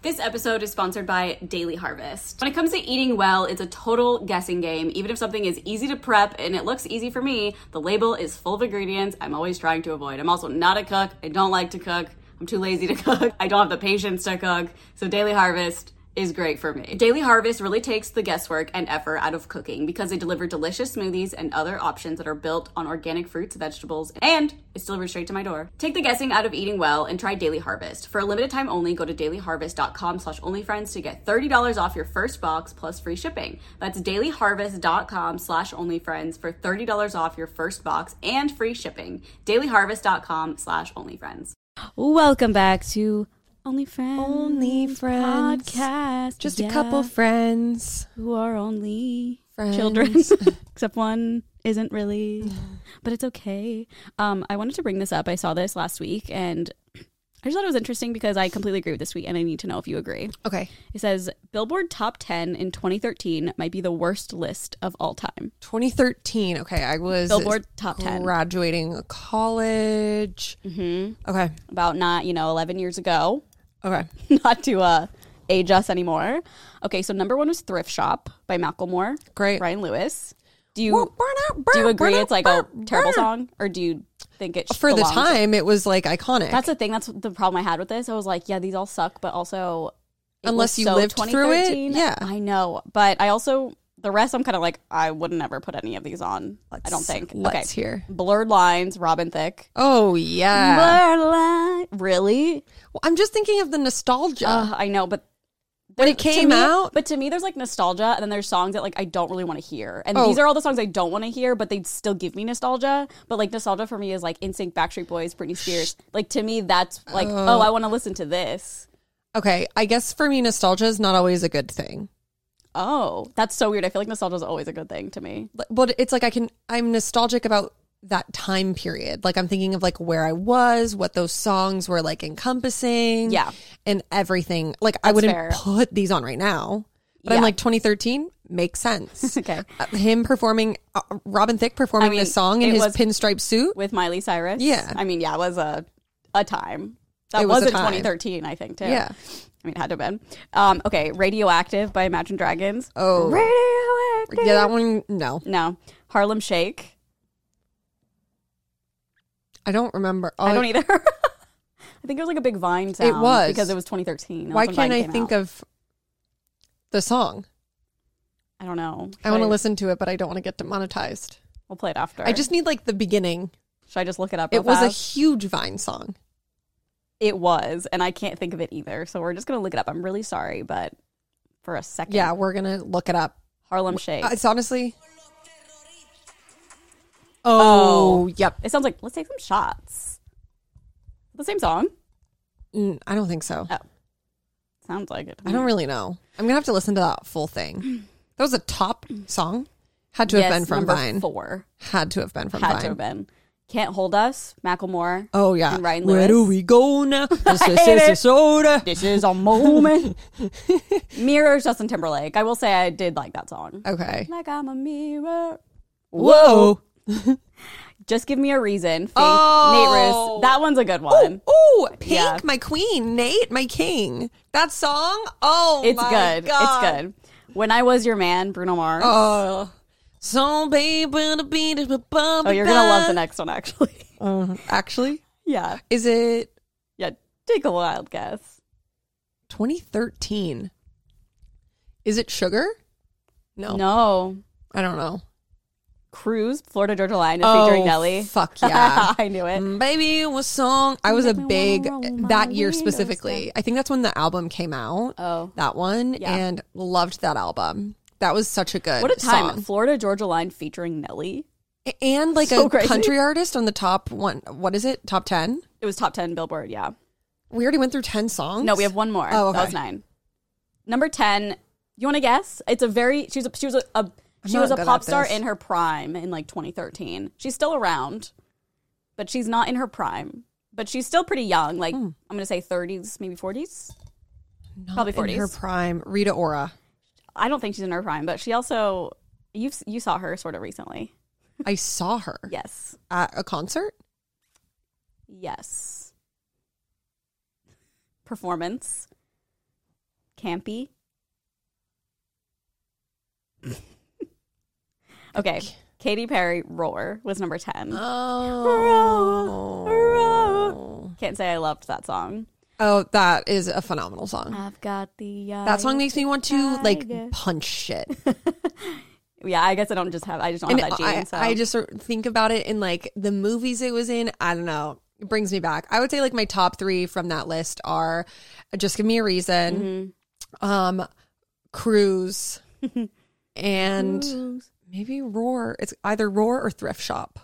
This episode is sponsored by Daily Harvest. When it comes to eating well, it's a total guessing game. Even if something is easy to prep and it looks easy for me, the label is full of ingredients I'm always trying to avoid. I'm also not a cook. I don't like to cook. I'm too lazy to cook. I don't have the patience to cook. So Daily Harvest is great for me. Daily Harvest really takes the guesswork and effort out of cooking because they deliver delicious smoothies and other options that are built on organic fruits, vegetables, and it's delivered straight to my door. Take the guessing out of eating well and try Daily Harvest. For a limited time only, go to dailyharvest.com slash onlyfriends to get $30 off your first box plus free shipping. That's dailyharvest.com slash onlyfriends for $30 off your first box and free shipping. dailyharvest.com slash onlyfriends. Welcome back to Only Friends. Only friends. Podcast. Just Yeah. a couple friends. who are only Friends. children, except one isn't really, but it's okay. Um, I wanted to bring this up. I saw this last week and I just thought it was interesting because I completely agree with this week and I need to know if you agree. Okay. It says Billboard Top 10 in 2013 might be the worst list of all time. 2013. Okay. I was Billboard Top 10. graduating college. Mm-hmm. Okay. About not, you know, 11 years ago, Okay. not to uh, age us anymore. Okay, so number one was Thrift Shop by Macklemore, Great. Ryan Lewis. Do you do Do you agree it's like a terrible song or do you think it For the belongs- time, it was like iconic. that's the thing that's the problem i had with this i was like yeah these all suck but also it was Unless you so lived through it, 2013. yeah. i know but i also the rest i'm kind of like i would never put any of these on i don't Let's- think let's hear. blurred lines robin thicke oh yeah. blurred line really Well, I'm just thinking of the nostalgia. Ugh, i know but when it to came me- out, but to me there's like nostalgia and then there's songs that like i don't really want to hear and Oh. these are all the songs i don't want to hear but they still give me nostalgia but like nostalgia for me is like insync backstreet boys britney spears like to me that's like oh i want to listen to this okay. I guess for me, nostalgia is not always a good thing. oh that's so weird i feel like nostalgia is always a good thing to me But- But it's like I can. I'm nostalgic about that time period. Like I'm thinking of like where I was, what those songs were like encompassing. Yeah. And everything. Like I wouldn't fair. put these on right now. But Yeah. I'm like 2013 makes sense. okay Uh, him performing uh, Robin Thicke performing I mean, this song in it his was- pinstripe suit. with miley cyrus Yeah. i mean yeah it was a a time that It was, in was a time. 2013 i think too Yeah. i mean it had to have been um okay radioactive by imagine dragons Oh. radioactive Yeah, that one no. no harlem shake I don't remember. Oh, I don't either. I think it was like a big Vine sound. was. because it was 2013. That's Why when Vine can't I came think out. of the song? I don't know. I Should want to listen to it, but I don't want to get demonetized. We'll play it after. I just need like the beginning. should I just look it up? It was a fast? huge Vine song. it was, and I can't think of it either. So we're just gonna look it up. I'm really sorry, but for a second, Yeah, we're gonna look it up. Harlem Shake. Uh, It's honestly. Oh, yep. it sounds like let's take some shots. The same song. Mm, I don't think so. Oh. Sounds like it. I don't really know. I'm gonna have to listen to that full thing. That was a top song. Had to Yes, have been from number Vine. Four Had to have been from had Vine. to have been. Can't hold us. Macklemore. Oh yeah. And Ryan Where Lewis. do we go now? This is hate it. this is soda. This is a moment. Mirrors Justin Timberlake. I will say I did like that song. Okay. Like I'm a mirror. Whoa. Just give me a reason. Faith, Oh. Nate Ruth. That one's a good one. Oh, Pink, Yeah. my queen, Nate, my king. That song. Oh, it's my good. God. It's good. When I was your man, Bruno Mars. Oh. So baby, the beat is a bump. oh, you're gonna love the Uh-huh. next one, actually. next. actually, yeah, is it yeah. Take a wild guess. 2013? Is it Sugar? No, No, I don't know. Cruise, Florida Georgia Line, is Oh, featuring Nelly. fuck yeah. I knew it. Mm, Baby was song. I was a Make me big wanna roll that my year windows specifically. I think that's when the album came out. Oh, That one Yeah. and loved that album. That was such a good what a time! song. Florida Georgia Line featuring Nelly. A- And like So a crazy. country artist on the top one. What is it? Top 10? It was top ten Billboard. Yeah. We already went through 10 songs. No, we have one more. Oh, That okay. was nine. Number ten. You want to guess? It's a very. She was. A, she was a. a she not was a good at pop star this. in her prime in like 2013. She's still around, but she's not in her prime. But she's still pretty young. Like Hmm. I'm gonna say 30s, maybe 40s. Not probably 40s. in her prime. Rita Ora. I don't think she's in her prime, but she also. You have you saw her sort of recently. I saw her Yes. at a concert. Yes. Performance. Campy. okay. Katy Perry Roar was number 10. Oh. Can't say I loved that song. Oh, that is a phenomenal song. I've got the uh, That song makes me want to Tiger. like punch shit. Yeah, I guess I don't just have I just don't And have that gene. I, so I just sort of think about it in like the movies it was in. I don't know. It brings me back. I would say like my top three from that list are Just Give Me a Reason, Mm-hmm. um, Cruise, and maybe Roar. It's either Roar or Thrift Shop.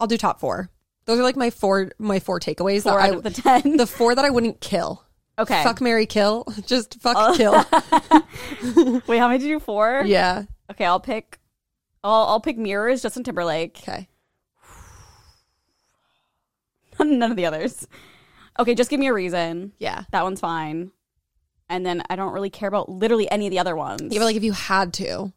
I'll do top four. Those are like my four my four takeaways. four that out I, of the ten. the four that I wouldn't kill. okay, Oh. Fuck Mary Kill. Just fuck kill. wait, how many did you do? Four. Yeah. Okay, I'll pick. I'll I'll pick mirrors. Justin Timberlake. Okay. None of the others. Okay, just give me a reason. Yeah. That one's fine. And then I don't really care about literally any of the other ones. Yeah, but like if you had to.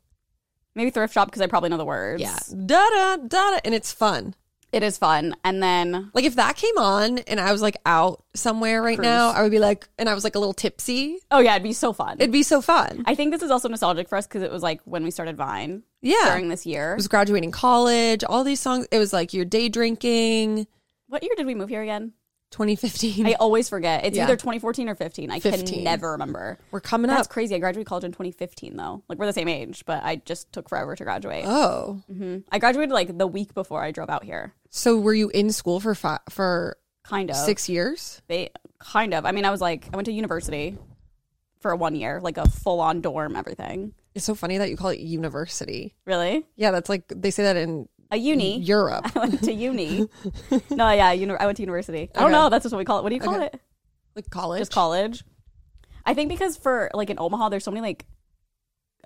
Maybe thrift shop because I probably know the words. Yeah. Da da da da and it's fun. it is fun. And then Like if that came on and I was like out somewhere right now, I would be like, and I was like a little tipsy. oh yeah, it'd be so fun. It'd be so fun. I think this is also nostalgic for us because it was like when we started Vine Yeah, during this year. I was graduating college. All these songs. It was like your day drinking. what year did we move here again? 2015. I always forget. It's Yeah. either 2014 or 15. I 15. can never remember. We're coming That's up. crazy. I graduated college in 2015 though. Like we're the same age, but I just took forever to graduate. Oh, hmm I graduated like the week before I drove out here. so were you in school for fi- for Kind of. six years? They kind of. I mean, I was like I went to university for one year, like a full on dorm everything. It's so funny that you call it university. Really? Yeah, that's like they say that in A uni. Europe. I went to uni. no, yeah, uni- I went to university. I don't Okay. know. That's just what we call it. What do you call Okay. it? Like college. Just college. I think because for like in Omaha, there's so many like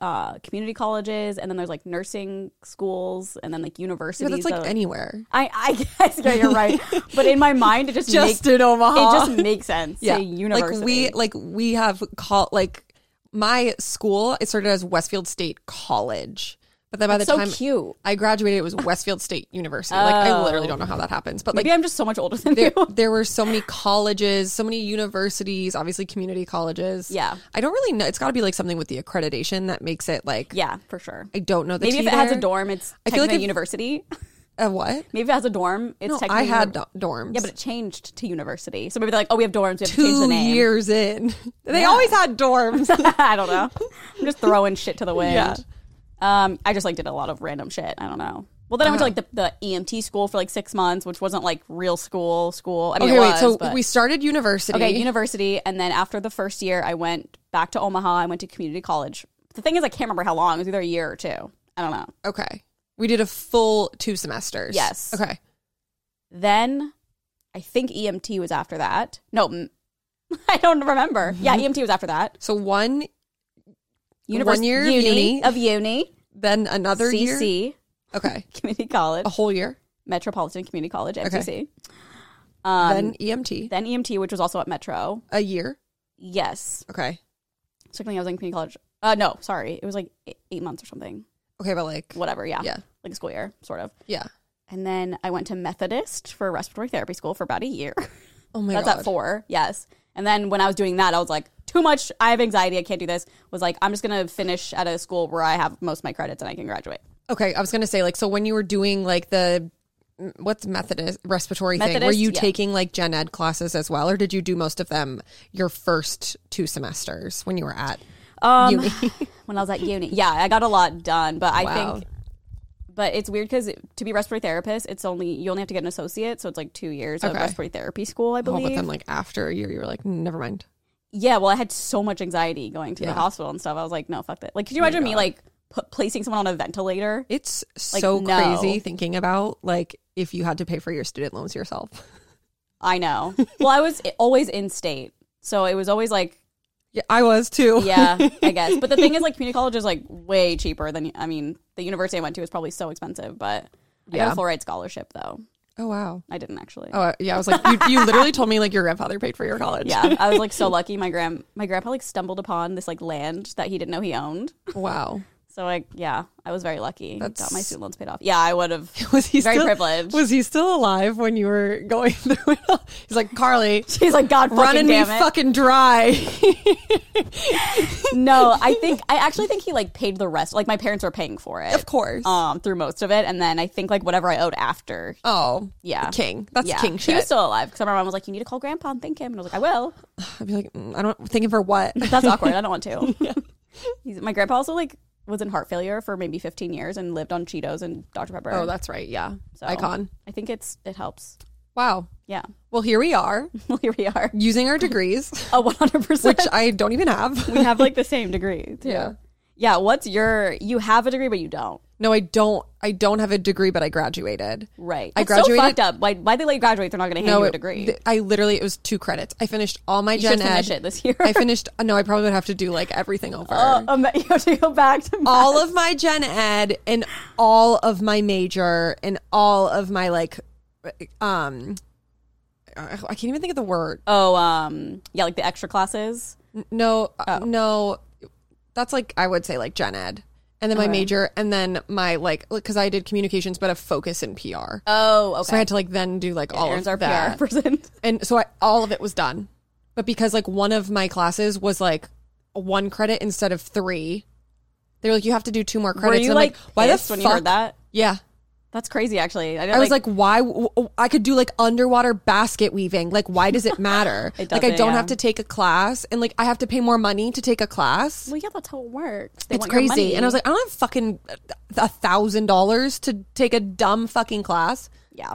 uh community colleges, and then there's like nursing schools, and then like Yeah, universities. that's like so- anywhere. I I guess yeah, you're right. but in my mind, it just makes, in Omaha. it just makes sense. Yeah, university. Like we like we have call like my school. It started as Westfield State College, but then by the so time cute. I graduated, it was Westfield State University. Like I Oh. literally don't know how that happens, but like Maybe I'm just so much older than there you. there were so many colleges, so many universities, obviously community colleges. Yeah. I don't really know. It's got to be like something with the accreditation that makes it like Yeah, for sure. I don't know the Maybe if T it has a there. dorm, it's I technically feel like if- university. A what? Maybe if it has a dorm, it's No, technically I had uni- do- dorms. Yeah, but it changed to university. So maybe they're like, oh, we have dorms. We have to change the two name. years in, they always had dorms. I don't know. I'm just throwing shit to the wind. Yeah. Um, I just like did a lot of random shit. I don't know. Well, then I went Uh-huh. to like the, the EMT school for like six months, which wasn't like real school school. I mean, okay, it was, wait. So but- we started university. okay, university, and then after the first year, I went back to Omaha. I went to community college. The thing is, I can't remember how long. It was either a year or two. I don't know. Okay. We did a full two semesters. Yes. Okay. Then I think EMT was after that. No, m- I don't remember. Yeah, EMT was after that. So one, Univers- Mm-hmm. One year of uni, uni. of uni, then another year. CC Okay. community college. A whole year. Metropolitan Community College, Okay. MCC. Um, then EMT. then EMT, which was also at Metro. a year. Yes. Okay. So Technically, I was in community college. Uh, no, sorry. It was like eight, eight months or something. Okay, but like, Whatever. Yeah. yeah. Like a school year, sort of. Yeah. And then I went to Methodist for respiratory therapy school for about a year. Oh my That's God. at four. Yes. And then when I was doing that, I was like, too much. I have anxiety. I can't do this. Was like, I'm just going to finish at a school where I have most of my credits and I can graduate. Okay. I was going to say, like, so when you were doing like the, m- what's Methodist respiratory thing, were Methodist, you yeah. taking like gen ed classes as well? Or did you do most of them your first two semesters when you were at Um, uni? when I was at uni. Yeah, I got a lot done, but I Wow. think, but it's weird because to be a respiratory therapist, it's only you only have to get an associate, so it's like two years of Okay. respiratory therapy school, I oh, believe. but then like after a year, you were like, never mind. yeah, well, I had so much anxiety going to the hospital and stuff. I was like, no, fuck that. Like, Oh could you imagine me like p- placing someone on a ventilator? It's Like, so no. crazy thinking about like if you had to pay for your student loans yourself. I know. well, I was i- always in state, so it was always like. Yeah, I was too. Yeah, I guess. But the thing is, like, community college is like way cheaper than I mean, the university I went to is probably so expensive. But I got Yeah. a full ride scholarship though. Oh wow. I didn't actually. Oh uh, yeah. I was like, you, you literally told me like your grandfather paid for your college. Yeah, I was like so lucky. My grand my grandpa like stumbled upon this like land that he didn't know he owned. Wow. So like, yeah, I was very lucky. Got That's- my student loans paid off. Yeah, I would have. Was he Very still, privileged. Was he still alive when you were going through it? all? He's like Carly, She's like, God, fucking running me damn it. fucking dry. no, I think I actually think he like paid the rest. Like my parents were paying for it, Of course. um, through most of it, and then I think like whatever I owed after. oh, Yeah. king. That's yeah, king He was shit. still alive because my mom was like, "You need to call Grandpa and thank him," and I was like, "I will." I'd be like, mm, I don't thinking for what. That's awkward. I don't want to. He's, my grandpa also like was in heart failure for maybe 15 years and lived on Cheetos and Dr Pepper. oh, that's right. Yeah, So, icon. I think it's it helps. Wow. Yeah. Well, here we are Well, here we are. using our degrees, Oh, 100%. which I don't even have. we have like the same degree too. Yeah. Yeah, what's your you have a degree but you don't. No, I don't. I don't have a degree, but I graduated. Right. I That's So graduated- fucked up. Why why they let you graduate? They're not gonna hand you a it- degree. th- I literally it was two credits. I finished all my you gen should ed. finish it this year. I finished. No, I probably would have to do like everything over. Oh, um, you have to go back to all of my gen ed and all of my major and all of my like um I can't even think of the word. Oh, um yeah, like the extra classes. No, uh, Oh. no. That's like I would say like gen ed. And then my major and then my like cuz I did communications but a focus in PR. Oh, okay. So I had to like then do like all Aaron's of our that. PR person. and so I, all of it was done but because like one of my classes was like one credit instead of three they were like you have to do two more Were credits you And I'm like, why the pissed when you heard fuck- that? yeah That's crazy actually. I, I was like, why? w- w- I could do like underwater basket weaving. Like, why does it matter? It like, I doesn't, don't yeah. have to take a class, and like, I have to pay more money to take a class. Well yeah, that's how it works. They it's want your money. crazy. And I was like, I don't have fucking uh, a thousand dollars to take a dumb fucking class. Yeah.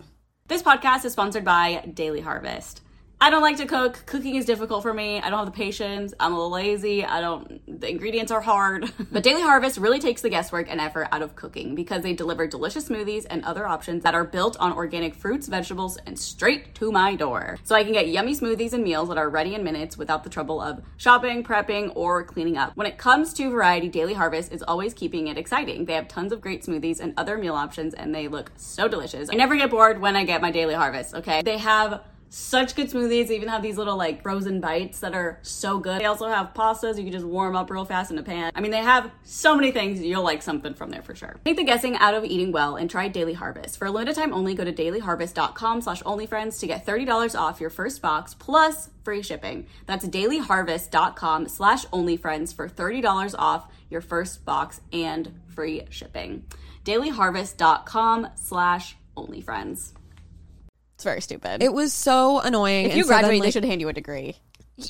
This podcast is sponsored by Daily Harvest. I don't like to cook. Cooking is difficult for me. I don't have the patience. I'm a little lazy. I don't, the ingredients are hard. but Daily Harvest really takes the guesswork and effort out of cooking because they deliver delicious smoothies and other options that are built on organic fruits, vegetables, and straight to my door. So I can get yummy smoothies and meals that are ready in minutes without the trouble of shopping, prepping, or cleaning up. When it comes to variety, Daily Harvest is always keeping it exciting. They have tons of great smoothies and other meal options, and they look so delicious. I never get bored when I get my Daily Harvest, okay? They have such good smoothies. They even have these little like frozen bites that are so good. They also have pastas you can just warm up real fast in a pan. I mean, they have so many things. You'll like something from there for sure. Take the guessing out of eating well and try Daily Harvest. For a limited time only, go to dailyharvest.com slash onlyfriends to get $30 off your first box plus free shipping. That's dailyharvest.com slash onlyfriends for $30 off your first box and free shipping. dailyharvest.com slash onlyfriends. It's very stupid. It was so annoying. if you And so then, graduate, they like- should hand you a degree.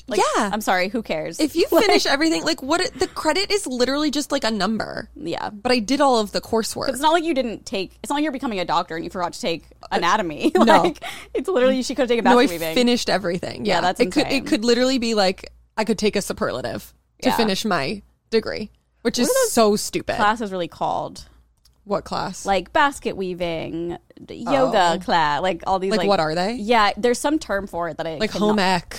Like, yeah. I'm sorry, who cares? if you finish everything, like, what it- the credit is literally just like a number. yeah. But I did all of the It's coursework. not like you didn't take. It's not like you're becoming a doctor and you forgot to take anatomy. like, no. it's literally she could have taken No, I basket weaving. finished everything. Yeah, that's it. Could insane. it could literally be like I could take a superlative to Yeah. finish my degree, which is so stupid. class is really called what class? like basket weaving, d- yoga class, like all these. Oh. Like, Like, what are they? Yeah, there's some term for it that I Like cannot- home ec,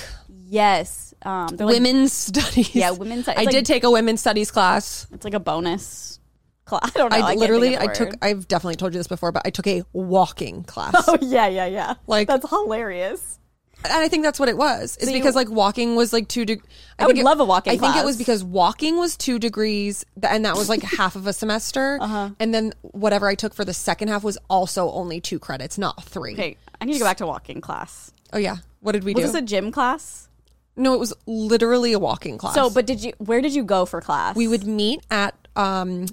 Yes, um, they're like- women's studies. Yeah, women's stu- I it's like- did take a women's studies class. it's like a bonus class. I don't know. I, can't think literally, of the I took. word. I've definitely told you this before, but I took a walking class, Oh yeah, yeah, yeah. Like- that's hilarious. and I think that's what it was. Is you- because like walking was like two. De- I, would think it- love a walking I think class. it was because walking was two degrees, th- and that was like half of a semester, Uh-huh. and then whatever I took for the second half was also only two credits, not three. Okay, I need to go back to walking class. Oh yeah. What did we Was do? this a gym class? no, it was literally a walking class. So, but did you? Where did you go for class? we would meet at um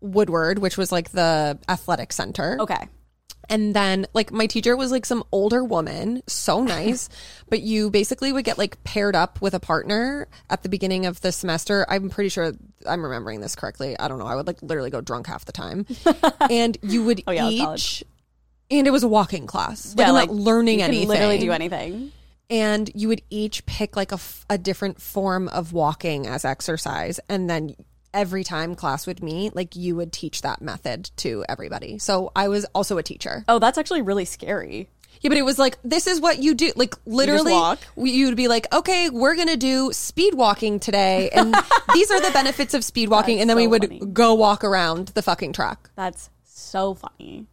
Woodward, which was like the athletic center. Okay. And then like my teacher was like some older woman, so nice, but you basically would get like paired up with a partner at the beginning of the semester. I'm pretty sure I'm remembering this correctly. I don't know. I would like literally go drunk half the time. and you would Oh, yeah, that's valid. each and it was a walking class. Like, I'm not learning you can anything. Literally do anything. and you would each pick like a, f- a different form of walking as exercise and then every time class would meet like you would teach that method to everybody so i was also a teacher Oh, that's actually really scary. yeah but it was like this is what you do like literally walk? we- you would be like okay we're gonna do speed walking today and these are the benefits of speed walking and then we so would funny. go walk around the fucking track That's so funny.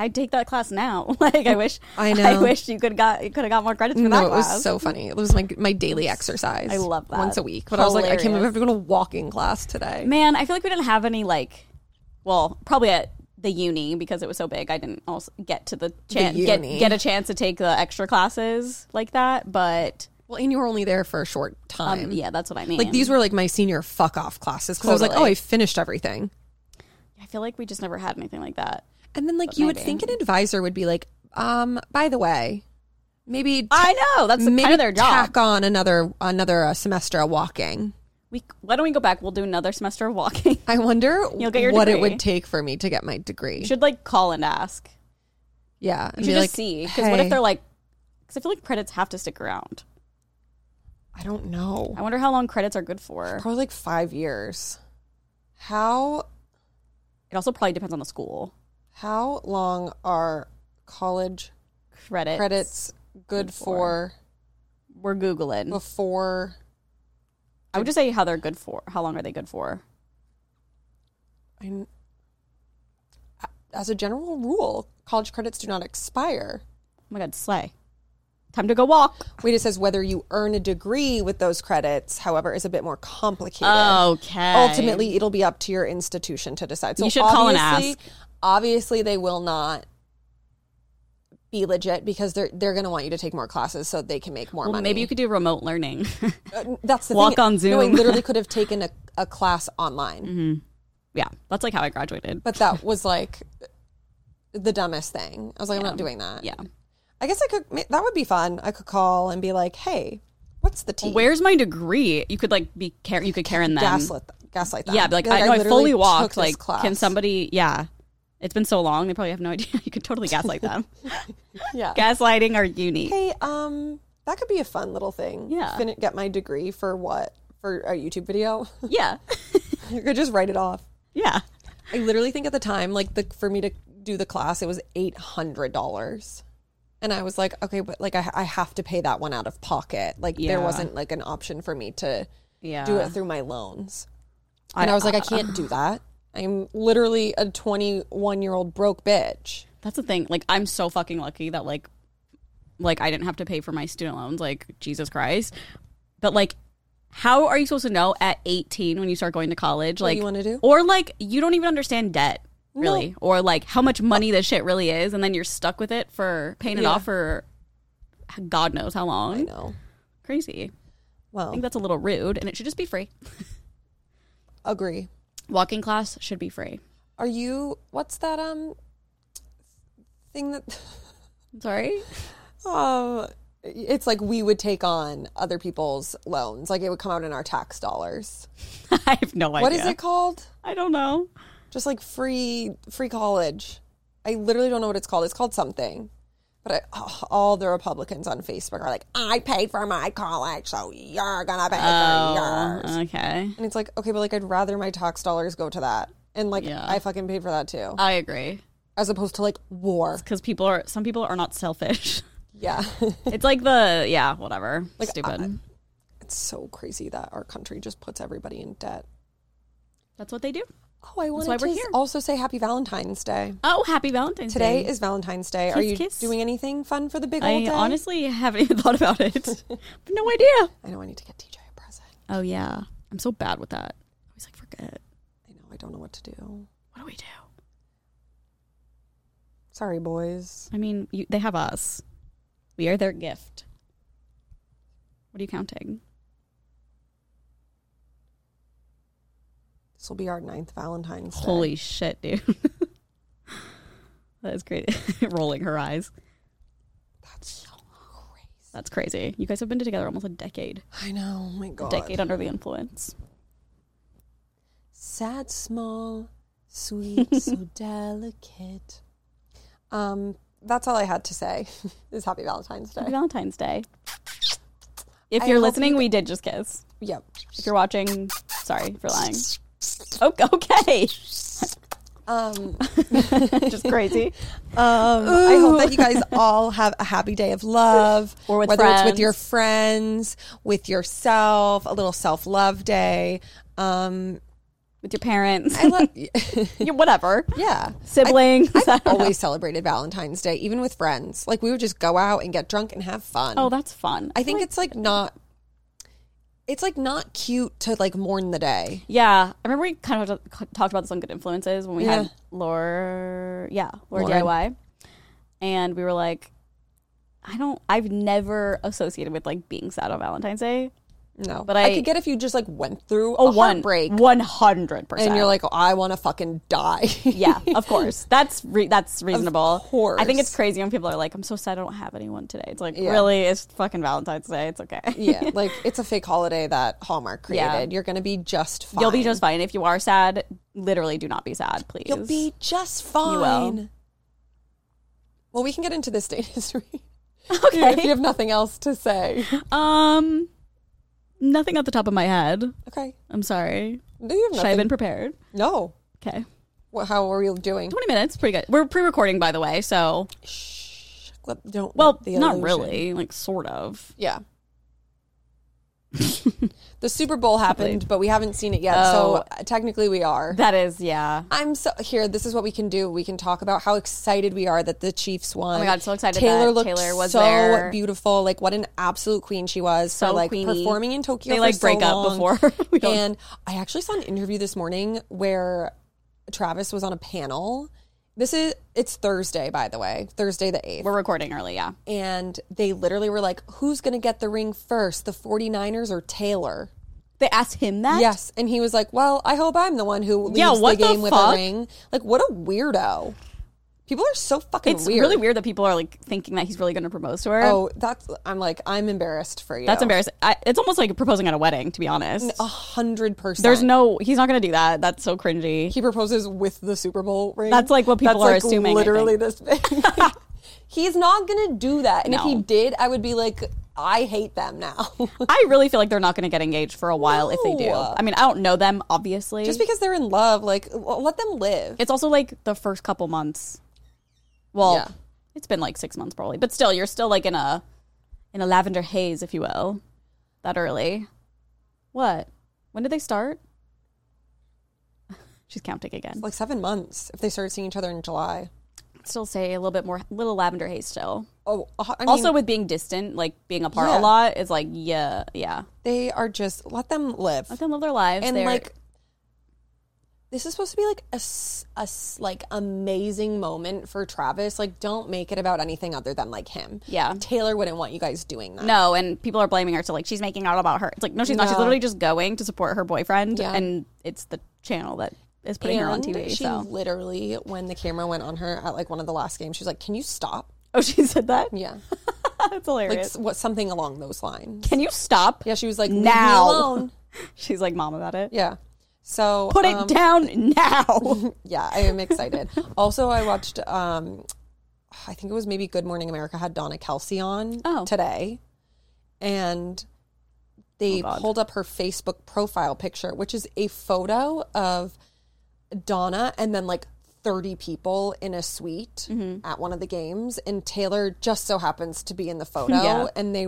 I'd take that class now. Like I wish I I know. wish you could got you could have got more credits for No, that it was class. so funny. It was my my daily exercise. I love that. Once a week. But I was like, I can't believe I have to go to walking class today. Man, I feel like we didn't have any like well, probably at the uni because it was so big. I didn't also get to the chance get uni. get a chance to take the extra classes like that, but Well, and you were only there for a short time. um, yeah, that's what I mean. Like these were like my senior fuck off classes because I was like, oh, Totally. I finished everything. I feel like we just never had anything like that. And then like you would think an advisor would be like, um, by the way, maybe t- I know. That's maybe kind of their job. tack on another another uh, semester of walking. we why don't we go back? We'll do another semester of walking. I wonder You'll get your what it degree. would take for me to get my degree. You should like call and ask. yeah, and You be should just like, see because what if "Hey, they're like? Because I feel like credits have to stick around. I don't know. I wonder how long credits are good for. Probably like five years. How It also probably depends on the school how long are college credits. credits good for We're googling. before? I would just say how they're good for. How long are they good for? Oh I, as a general rule, college credits do not expire. Oh my god, slay! Time to go walk. Wait, it says whether you earn a degree with those credits, however, is a bit more complicated. Oh, Okay. Ultimately, it'll be up to your institution to decide. So You should call and obviously- ask. Obviously, they will not be legit because they're they're going to want you to take more classes so they can make more Well, money. maybe you could do remote learning. Uh, that's the walk thing. on No, I Zoom. Mm-hmm. literally could have taken a, a class online, yeah, that's like how I graduated. but that was like the dumbest thing. I was like, I'm not doing that. yeah. I guess I could. ma- That would be fun. I could call and be like, "Hey, what's the tea?" Where's my degree? You could like be care. You could care in them. gaslight, th- gaslight them. Yeah, be like, I, no, I literally fully took walked. this Like, class. can somebody? Yeah, it's been so long; they probably have no idea. You could totally gaslight them. Yeah. Gaslighting are unique. Hey, um, that could be a fun little thing. Yeah. Fin- get my degree for what? For a YouTube video? Yeah, you could just write it off. yeah. I literally think at the time, like the for me to do the class, it was eight hundred dollars, and I was like, okay, but like I, I have to pay that one out of pocket. Like there Yeah. wasn't like an option for me to Yeah. uh, do it through my loans, and I, was like, I can't do that. I'm literally a 21 year old broke bitch. That's the thing. Like, I'm so fucking lucky that like, like I didn't have to pay for my student loans. Like, Jesus Christ. But like, how are you supposed to know at 18 when you start going to college? Like, you wanna do? or like you don't even understand debt really, or like how much money this shit really is, and then you're stuck with it for paying it Yeah. off for God knows how I long. know. Crazy. I Well, think that's a little rude, and it should just be free. agree. Walking class should be free. Are you? What's that um thing that? I'm sorry. Um, it's like we would take on other people's loans. Like it would come out in our tax dollars. I have no idea. What is it called? I don't know. Just like free free college. I literally don't know what it's called. It's called something. But I, oh, all the Republicans on Facebook are like, "I paid for my college, so you're gonna pay Oh. for yours." Okay. And it's like, okay, but like I'd rather my tax dollars go to that. And like Yeah. I fucking paid for that too, I agree. as opposed to like war. Because people are, some people are not selfish. Yeah, it's like the, yeah, whatever. Like, Stupid. it's so crazy that our country just puts everybody in debt. That's what they do. Oh, why I wanted to we're s- here. also say Happy Valentine's Day. Oh, happy Valentine's Today Day. is Valentine's Day. Are Kiss, you kiss. doing anything fun for the big old I day? honestly haven't even thought about it. I have no idea. I know I need to get TJ a present. Oh, yeah. I'm so bad with that. I always like forget. I know I don't know what to do. What do we do? Sorry, boys. I mean, you, they have us. We are their gift. What are you counting? This will be our ninth Valentine's Day. Holy shit, dude. that is great. Rolling her eyes. That's so crazy. That's crazy. You guys have been together almost a decade. I know. Oh my God. Decade under the influence. Sad, small, sweet, so delicate. Um, that's all I had to say. is Happy Valentine's Happy Day. Valentine's Day. If I you're hope listening, you- we did just kiss. Yep. If you're watching, sorry for lying. Oh, okay. Um, just crazy. Um, I hope that you guys all have a happy day of love, Or with whether it's friends. with your friends, with yourself, a little self love day. Um, with your parents, I love. your whatever, yeah. siblings. I, I've don't know. always celebrated Valentine's Day, even with friends. Like we would just go out and get drunk and have fun. Oh, that's fun. I think it's like not. It's like not cute to like mourn the day. yeah, I remember we kind of t- talked about this on Good Influences when we Yeah. had Laura, yeah, Laura Lauren. DIY, and we were like, I don't, I've never associated with like being sad on Valentine's Day. No, But I- could get if you just like went through Oh, a heartbreak one hundred percent. and you're like, oh, I want to fucking die. yeah, of course. That's re- that's reasonable. course. I think it's crazy when people are like, "I'm so sad I don't have anyone today." It's like, Yeah. really, it's fucking Valentine's Day. It's okay. yeah, like it's a fake holiday that Hallmark Yeah. created. You're gonna be just fine. You'll be just fine. If you are sad, literally do not be sad, please. You'll be just will. fine. Well, we can get into this date history if you okay. have nothing else to say. Um, nothing at the top of my head. Okay. I'm sorry. No, you have Should I have been nothing. prepared? no. Okay. What, how are you doing? 20 minutes, pretty good. We're pre-recording, by the way, so Shh. Let- Don't. let well, the not illusion- really, like sort of. Yeah. the Super Bowl happened, but we haven't seen it yet. Oh. So uh, technically, we are. That is, yeah. I'm so here. This is what we can do. We can talk about how excited we are that the Chiefs won. Oh my God, so excited Taylor that looked Taylor was so there. beautiful. Like what an absolute queen she was So for like queeny. performing in Tokyo. They, for like, so break up long. before we don't- and I actually saw an interview this morning where Travis was on a panel. This is it's Thursday, by the way, Thursday the eighth We're recording early, yeah. and they literally were like, who's going to get the ring first, the 49ers or Taylor? They asked him that? Yes. And he was like, well, I hope I'm the one who leaves Yeah, the what the game with fuck? a ring. Like, what a weirdo. People are so fucking It's weird. really weird that people are like thinking that he's really going to propose to her. Oh, that's, I'm like, I'm embarrassed for you. That's embarrassing. I, it's almost like proposing at a wedding, to be honest. A hundred percent. There's no, he's not going to do that. That's so cringy. He proposes with the Super Bowl ring. That's, like, what people That's, are like, assuming, I Literally this big. He's not going to do that. And if he No. did, I would be like, I hate them now. I really feel like they're not going to get engaged for a while if they do. No. I mean, I don't know them, obviously. Just because they're in love, like, l- let them live. it's also like the first couple months. Well, Yeah. it's been like six months probably, but still, you're still like in a in a lavender haze, if you will, that early. What? When did they start? She's counting again. like seven months if they started seeing each other in July. Still say a little bit more, little lavender haze still. Oh, I mean, also with being distant, like being apart a Yeah. lot, is like yeah, yeah. they are just let them live Let them live their lives. and They're- like. This is supposed to be like a, s- a s- like amazing moment for Travis. Like, don't make it about anything other than like him. Yeah. Taylor wouldn't want you guys doing that. no, and people are blaming her. So like she's making it all about her. It's like no, she's not. She's No. literally just going to support her boyfriend, Yeah. and it's the channel that is putting her on and TV. she so literally, when the camera went on her at like one of the last games, she was like, "Can you stop?" oh, she said that. Yeah, That's like hilarious. s- what something along those lines. Can you stop? Yeah, she was like, "Leave me Now. alone." She's like mom about it. Yeah, so Put um, it down now. yeah, I am excited. also, I watched. Um, I think it was maybe Good Morning America had Donna Kelsey on Oh. today, and they Oh, God. pulled up her Facebook profile picture, which is a photo of Donna and then like. 30 people in a suite Mm-hmm. at one of the games and Taylor just so happens to be in the photo Yeah. and they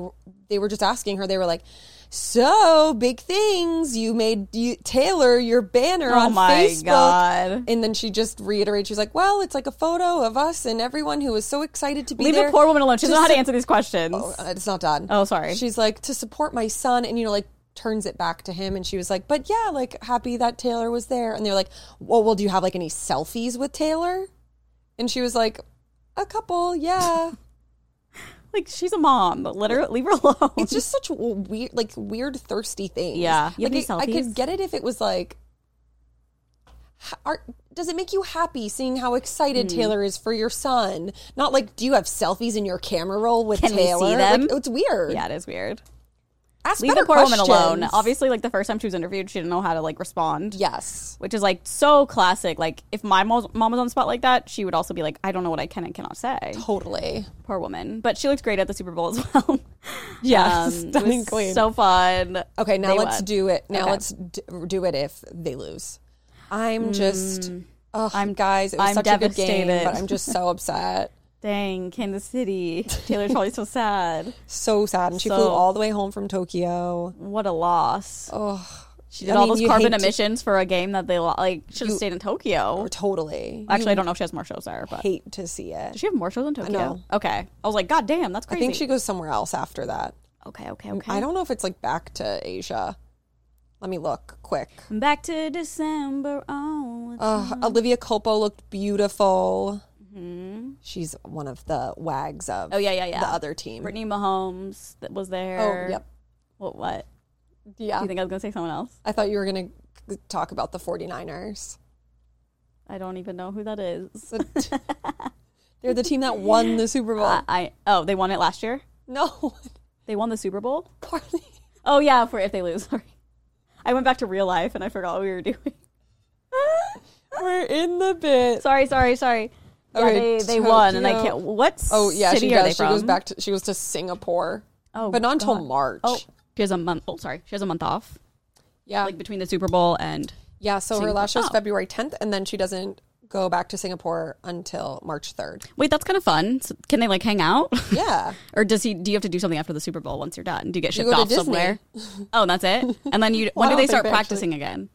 they were just asking her they were like so big things you made you, Taylor your banner Oh on my Facebook God. and then she just reiterates, she's like, "Well, it's like a photo of us and everyone who was so excited to be Leave there." the poor woman alone. She doesn't know how to su- answer these questions. Uh, It's not done. Oh, sorry. She's like to support my son, and you know, like turns it back to him, and she was like, "But yeah, like happy that Taylor was there." And they're like, "Well, well, do you have like any selfies with Taylor?" And she was like, "A couple, yeah." Like she's a mom. Literally, leave her alone. it's just such w- weird, like weird, thirsty things. Yeah. You like, have any I, I could selfies? get it if it was like. h- Are, does it make you happy seeing how excited Hmm. Taylor is for your son? Not like, do you have selfies in your camera roll with Can we see Taylor? them? Like, it's weird. yeah, it is weird. Ask Leave better the poor questions. woman alone. Obviously, like the first time she was interviewed, she didn't know how to like respond. Yes. Which is like so classic. Like if my mo- mom was on the spot like that, she would also be like, I don't know what I can and cannot say. Totally. Poor woman. But she looks great at the Super Bowl as well. Yeah. Um, it Stunning was queen. So fun. okay, now They let's won. do it. Now Okay. let's d- do it if they lose. I'm just, ugh, Hmm. I'm- guys, it was I'm such a good game, devastated. but I'm just so upset. Dang, Kansas City. Taylor's probably so sad. So sad. And she So- flew all the way home from Tokyo. What a loss. Oh, She I did all mean, those you carbon hate to- emissions for a game that they lo- like should have You- stayed in Tokyo. Or totally. Oh. Actually, I don't know if she has more shows there, but hate to see it. does she have more shows in Tokyo? know. Okay, I was like, God damn, that's I crazy. think she goes somewhere else after that. okay, okay, okay. I don't know if it's like back to Asia. Let me look quick. Back to December. Oh, it's- Uh, Olivia Culpo looked beautiful. Mhm. She's one of the wags of oh yeah, yeah, yeah. the other team. Brittany Mahomes that was there. Oh, yep. What? What? Yeah. You think I was gonna say someone else? I thought you were going to talk about the 49ers. I don't even know who that is. The t- They're the team that won the Super Bowl. I, I oh, they won it last year. no, They won the Super Bowl. Carly. Oh yeah, for if they lose. Sorry, I went back to real life and I forgot what we were doing. We're in the bit. Sorry, sorry, sorry. Yeah, Okay, they, they won, and I Tokyo. can't. What Oh yeah, city she are they does. She from? goes back to she goes to Singapore, Oh, but not until God. March. Oh, she has a month. Oh, sorry, she has a month off, yeah, like between the Super Bowl and. yeah. So her last show is Oh. February 10th, and then she doesn't go back to Singapore until March 3rd. Wait, that's kind of fun. So can they like hang out, Yeah, or does he? Do you have to do something after the Super Bowl once you're done? Do you get You shipped go to off Disney. somewhere? Oh, that's it. And then you. Well, when I do don't they think start they practicing again?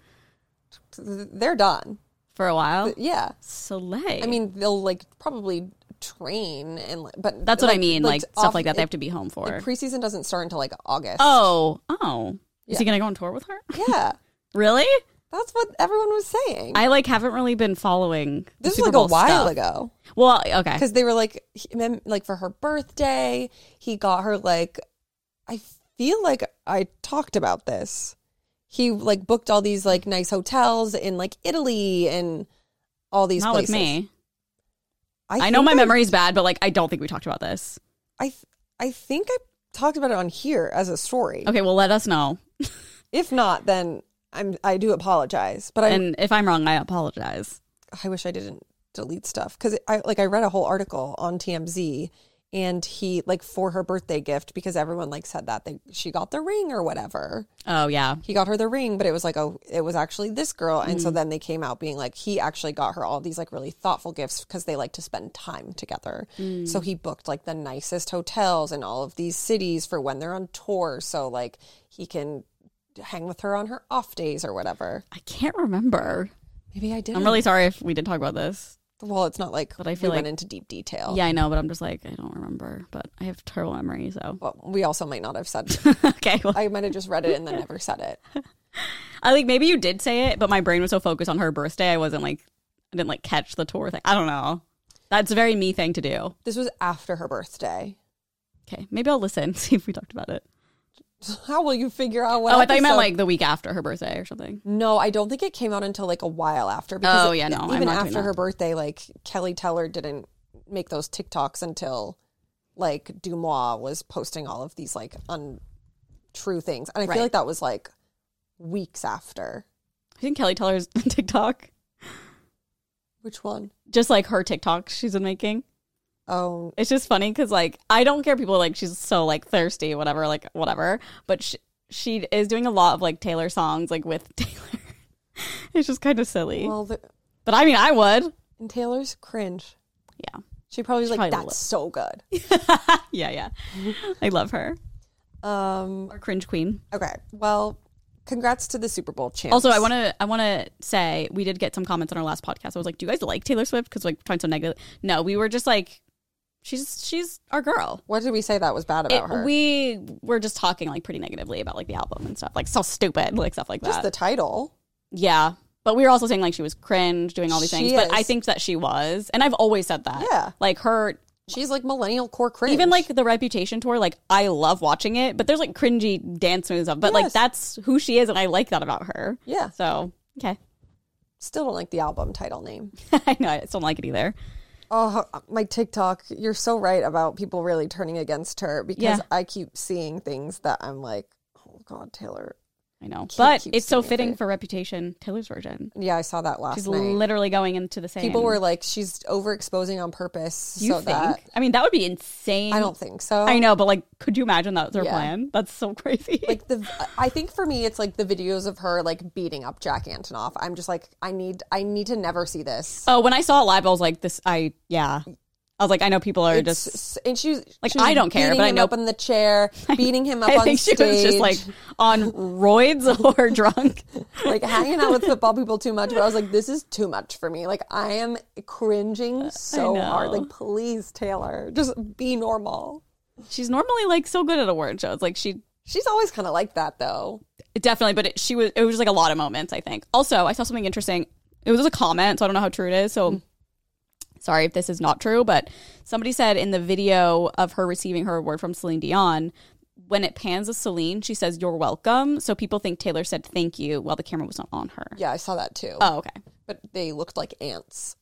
They're done. For a while. Yeah, Soleil. I mean they'll like probably train and like, but that's what I mean. Like, stuff off- like that, they it- have to be home for. preseason doesn't start until like August. oh, oh. Is he Yeah. gonna go on tour with her? yeah, Really? that's what everyone was saying. I like haven't really been following. the this Super was like Bowl a while stuff. ago. Well, okay. because they were like he- mem- like for her birthday he got her like i feel like i talked about this he like booked all these like nice hotels in like italy and all these Not places with me. I, think know my memory's bad, but like I don't think we talked about this. i th- i think i talked about it on here as a story Okay, well let us know. if not then i'm i do apologize but i And if I'm wrong, I apologize. I wish I didn't delete stuff because I like I read a whole article on TMZ and he like for her birthday gift because everyone like said that they she got the ring or whatever Oh yeah. he got her the ring but it was like oh it was actually this girl and Mm-hmm. so then they came out being like he actually got her all these like really thoughtful gifts because they like to spend time together Mm. so he booked like the nicest hotels in all of these cities for when they're on tour so like he can hang with her on her off days or whatever I can't remember. maybe I did I'm really sorry if we did talk about this. well it's not like But I feel we went like- into deep detail Yeah, I know, but I'm just like I don't remember. But I have terrible memory, so Well, we also might not have said. okay. Well, I, I might have just read it and then never said it. like maybe you did say it, but my brain was so focused on her birthday, I wasn't like I didn't like catch the tour thing. I don't know. That's a very me thing to do. This was after her birthday. Okay, maybe I'll listen see if we talked about it. How will you figure out what? oh, I thought you meant episode- like the week after her birthday or something. No, I don't think it came out until like a while after. Oh, yeah, no, I'm even not doing after her that. birthday, like Kelly Teller didn't make those TikToks until like Dumois was posting all of these like untrue things, and I Right. feel like that was like weeks after. I think Kelly Teller's TikTok, Which one? just like her TikTok she's been making. Oh, It's just funny because like I don't care. People are like she's so like thirsty, whatever, like whatever. But she, she is doing a lot of like Taylor songs, like with Taylor. it's just kind of silly. well, the, but I mean, I would. and Taylor's cringe. Yeah, She probably was like, probably "That's so good." yeah, yeah. I love her. Um, Our cringe queen. Okay. Well, congrats to the Super Bowl champs. Also, I want to I want to say we did get some comments on our last podcast. I was like, "Do you guys like Taylor Swift?" Because like trying so negative. No, we were just like, she's she's our girl. What did we say that was bad about It- her? we were just talking like pretty negatively about like the album and stuff, like so stupid, like stuff like that. Just the title. Yeah. But we were also saying like she was cringe doing all these She things. But is. I think that she was. And I've always said that. Yeah. Like her She's like millennial core cringe. even like the Reputation tour, like I love watching it, but there's like cringy dance moves up. But like Yes. that's who she is and I like that about her. yeah. So okay. Still don't like the album title name. I know I just don't like it either. Oh, my TikTok. You're so right about people really turning against her because Yeah. I keep seeing things that I'm like, oh God, Taylor. I know. but keep it's so saying it. fitting for Reputation Taylor's version. Yeah, I saw that last She's night. literally going into the same people were like, she's overexposing on purpose. you so think? that I mean that would be insane. I don't think so. I know, but like could you imagine that was their Yeah. plan? That's so crazy. like the i think for me it's like the videos of her like beating up jack antonoff i'm just like i need i need to never see this Oh, when I saw it live, I was like, "This, I yeah." I was like, I know people are It's- just. and she's like, she was I don't care, beating but I him know- up in the chair, beating him up I on think stage, she was just like on roids or drunk. like hanging out with football people too much. But I was like, this is too much for me. Like I am cringing so know. hard. Like please, Taylor, just be normal. She's normally like so good at award shows. Like she She's always kind of like that though. definitely, but it, she was. It was just like a lot of moments. I think. Also, I saw something interesting. It was just a comment, so I don't know how true it is. Hmm. So, sorry if this is not true, but somebody said in the video of her receiving her award from Celine Dion, when it pans to Celine, she says "You're welcome." So people think Taylor said "Thank you" while the camera was not on her. Yeah, I saw that too. Oh, okay. but they looked like ants.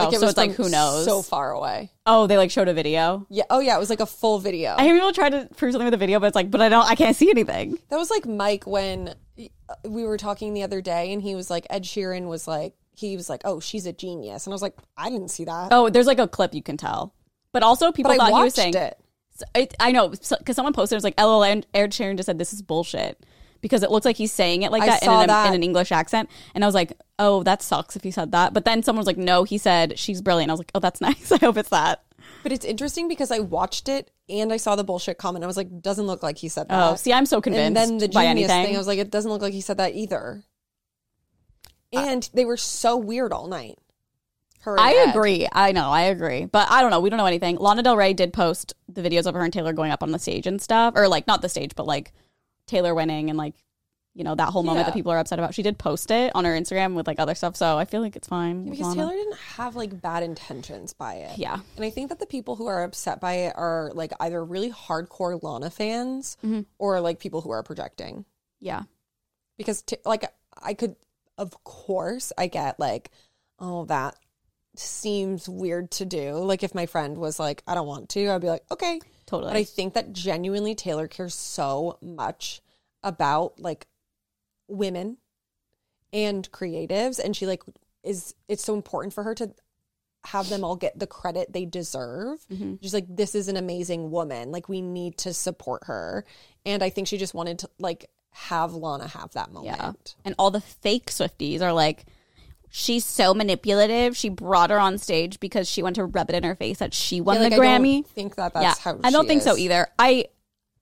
Oh, it so was it's like from who knows? So far away. Oh, they like showed a video. Yeah. Oh yeah, it was like a full video. I hear people try to prove something with a video, but it's like, but I don't, I can't see anything. That was like Mike when uh, we were talking the other day, and he was like, Ed Sheeran was like, he was like, oh, she's a genius. And I was like, I didn't see that. Oh, there's like a clip you can tell. But also, people but I thought watched he was saying, it. So it, I know, because someone posted, it was like, LL and Ed Sheeran just said, this is bullshit. Because it looks like he's saying it like I that in, saw an, that. in an English accent. And I was like, oh, that sucks if he said that. But then someone was like, no, he said, she's brilliant. I was like, oh, that's nice. I hope it's that. But it's interesting because I watched it and I saw the bullshit comment. I was like, doesn't look like he said that. Oh, see, I'm so convinced and then the by genius anything. thing, I was like, it doesn't look like he said that either. And they were so weird all night. Her and I Ed. agree. I know. I agree. But I don't know. We don't know anything. Lana Del Rey did post the videos of her and Taylor going up on the stage and stuff, or like not the stage, but like Taylor winning and like you know that whole moment Yeah. that people are upset about. She did post it on her Instagram with like other stuff, so I feel like it's fine. with Because Lana. Taylor didn't have like bad intentions by it. yeah, And I think that the people who are upset by it are like either really hardcore Lana fans or like people who are projecting. yeah, Because t- like I could, of course, I get like, oh, that seems weird to do. Like if my friend was like, I don't want to, I'd be like, okay. totally. But I think that genuinely Taylor cares so much about like women and creatives and she like is it's so important for her to have them all get the credit they deserve. Mm-hmm. She's like this is an amazing woman. Like we need to support her. And I think she just wanted to like have Lana have that moment. yeah, and all the fake Swifties are like. She's so manipulative. She brought her on stage because she wanted to rub it in her face that she won Yeah, like, the I don't Grammy. think that that's how I don't she think so is. either. I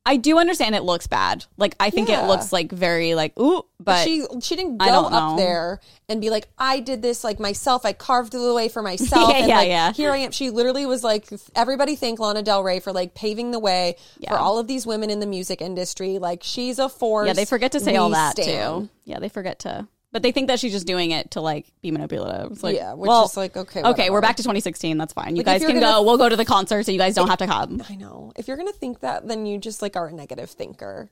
I do understand it looks bad. Like I think Yeah. it looks like very like ooh, but she she didn't go I don't up know. there and be like, I did this like myself. I carved the way for myself. Yeah, and, yeah, like, yeah. Here I am. She literally was like, everybody thank Lana Del Rey for like paving the way for Yeah. all of these women in the music industry. Like she's a force. yeah, they forget to say We all that stan. too. Yeah, they forget to. But they think that she's just doing it to like be manipulative. It's like, Yeah, which well, is like okay. okay, whatever. we're back to 2016. That's fine. You Like, if guys you're can gonna- go. We'll go to the concerts, and you guys don't have to come, I know. If you're gonna think that, then you just like are a negative thinker.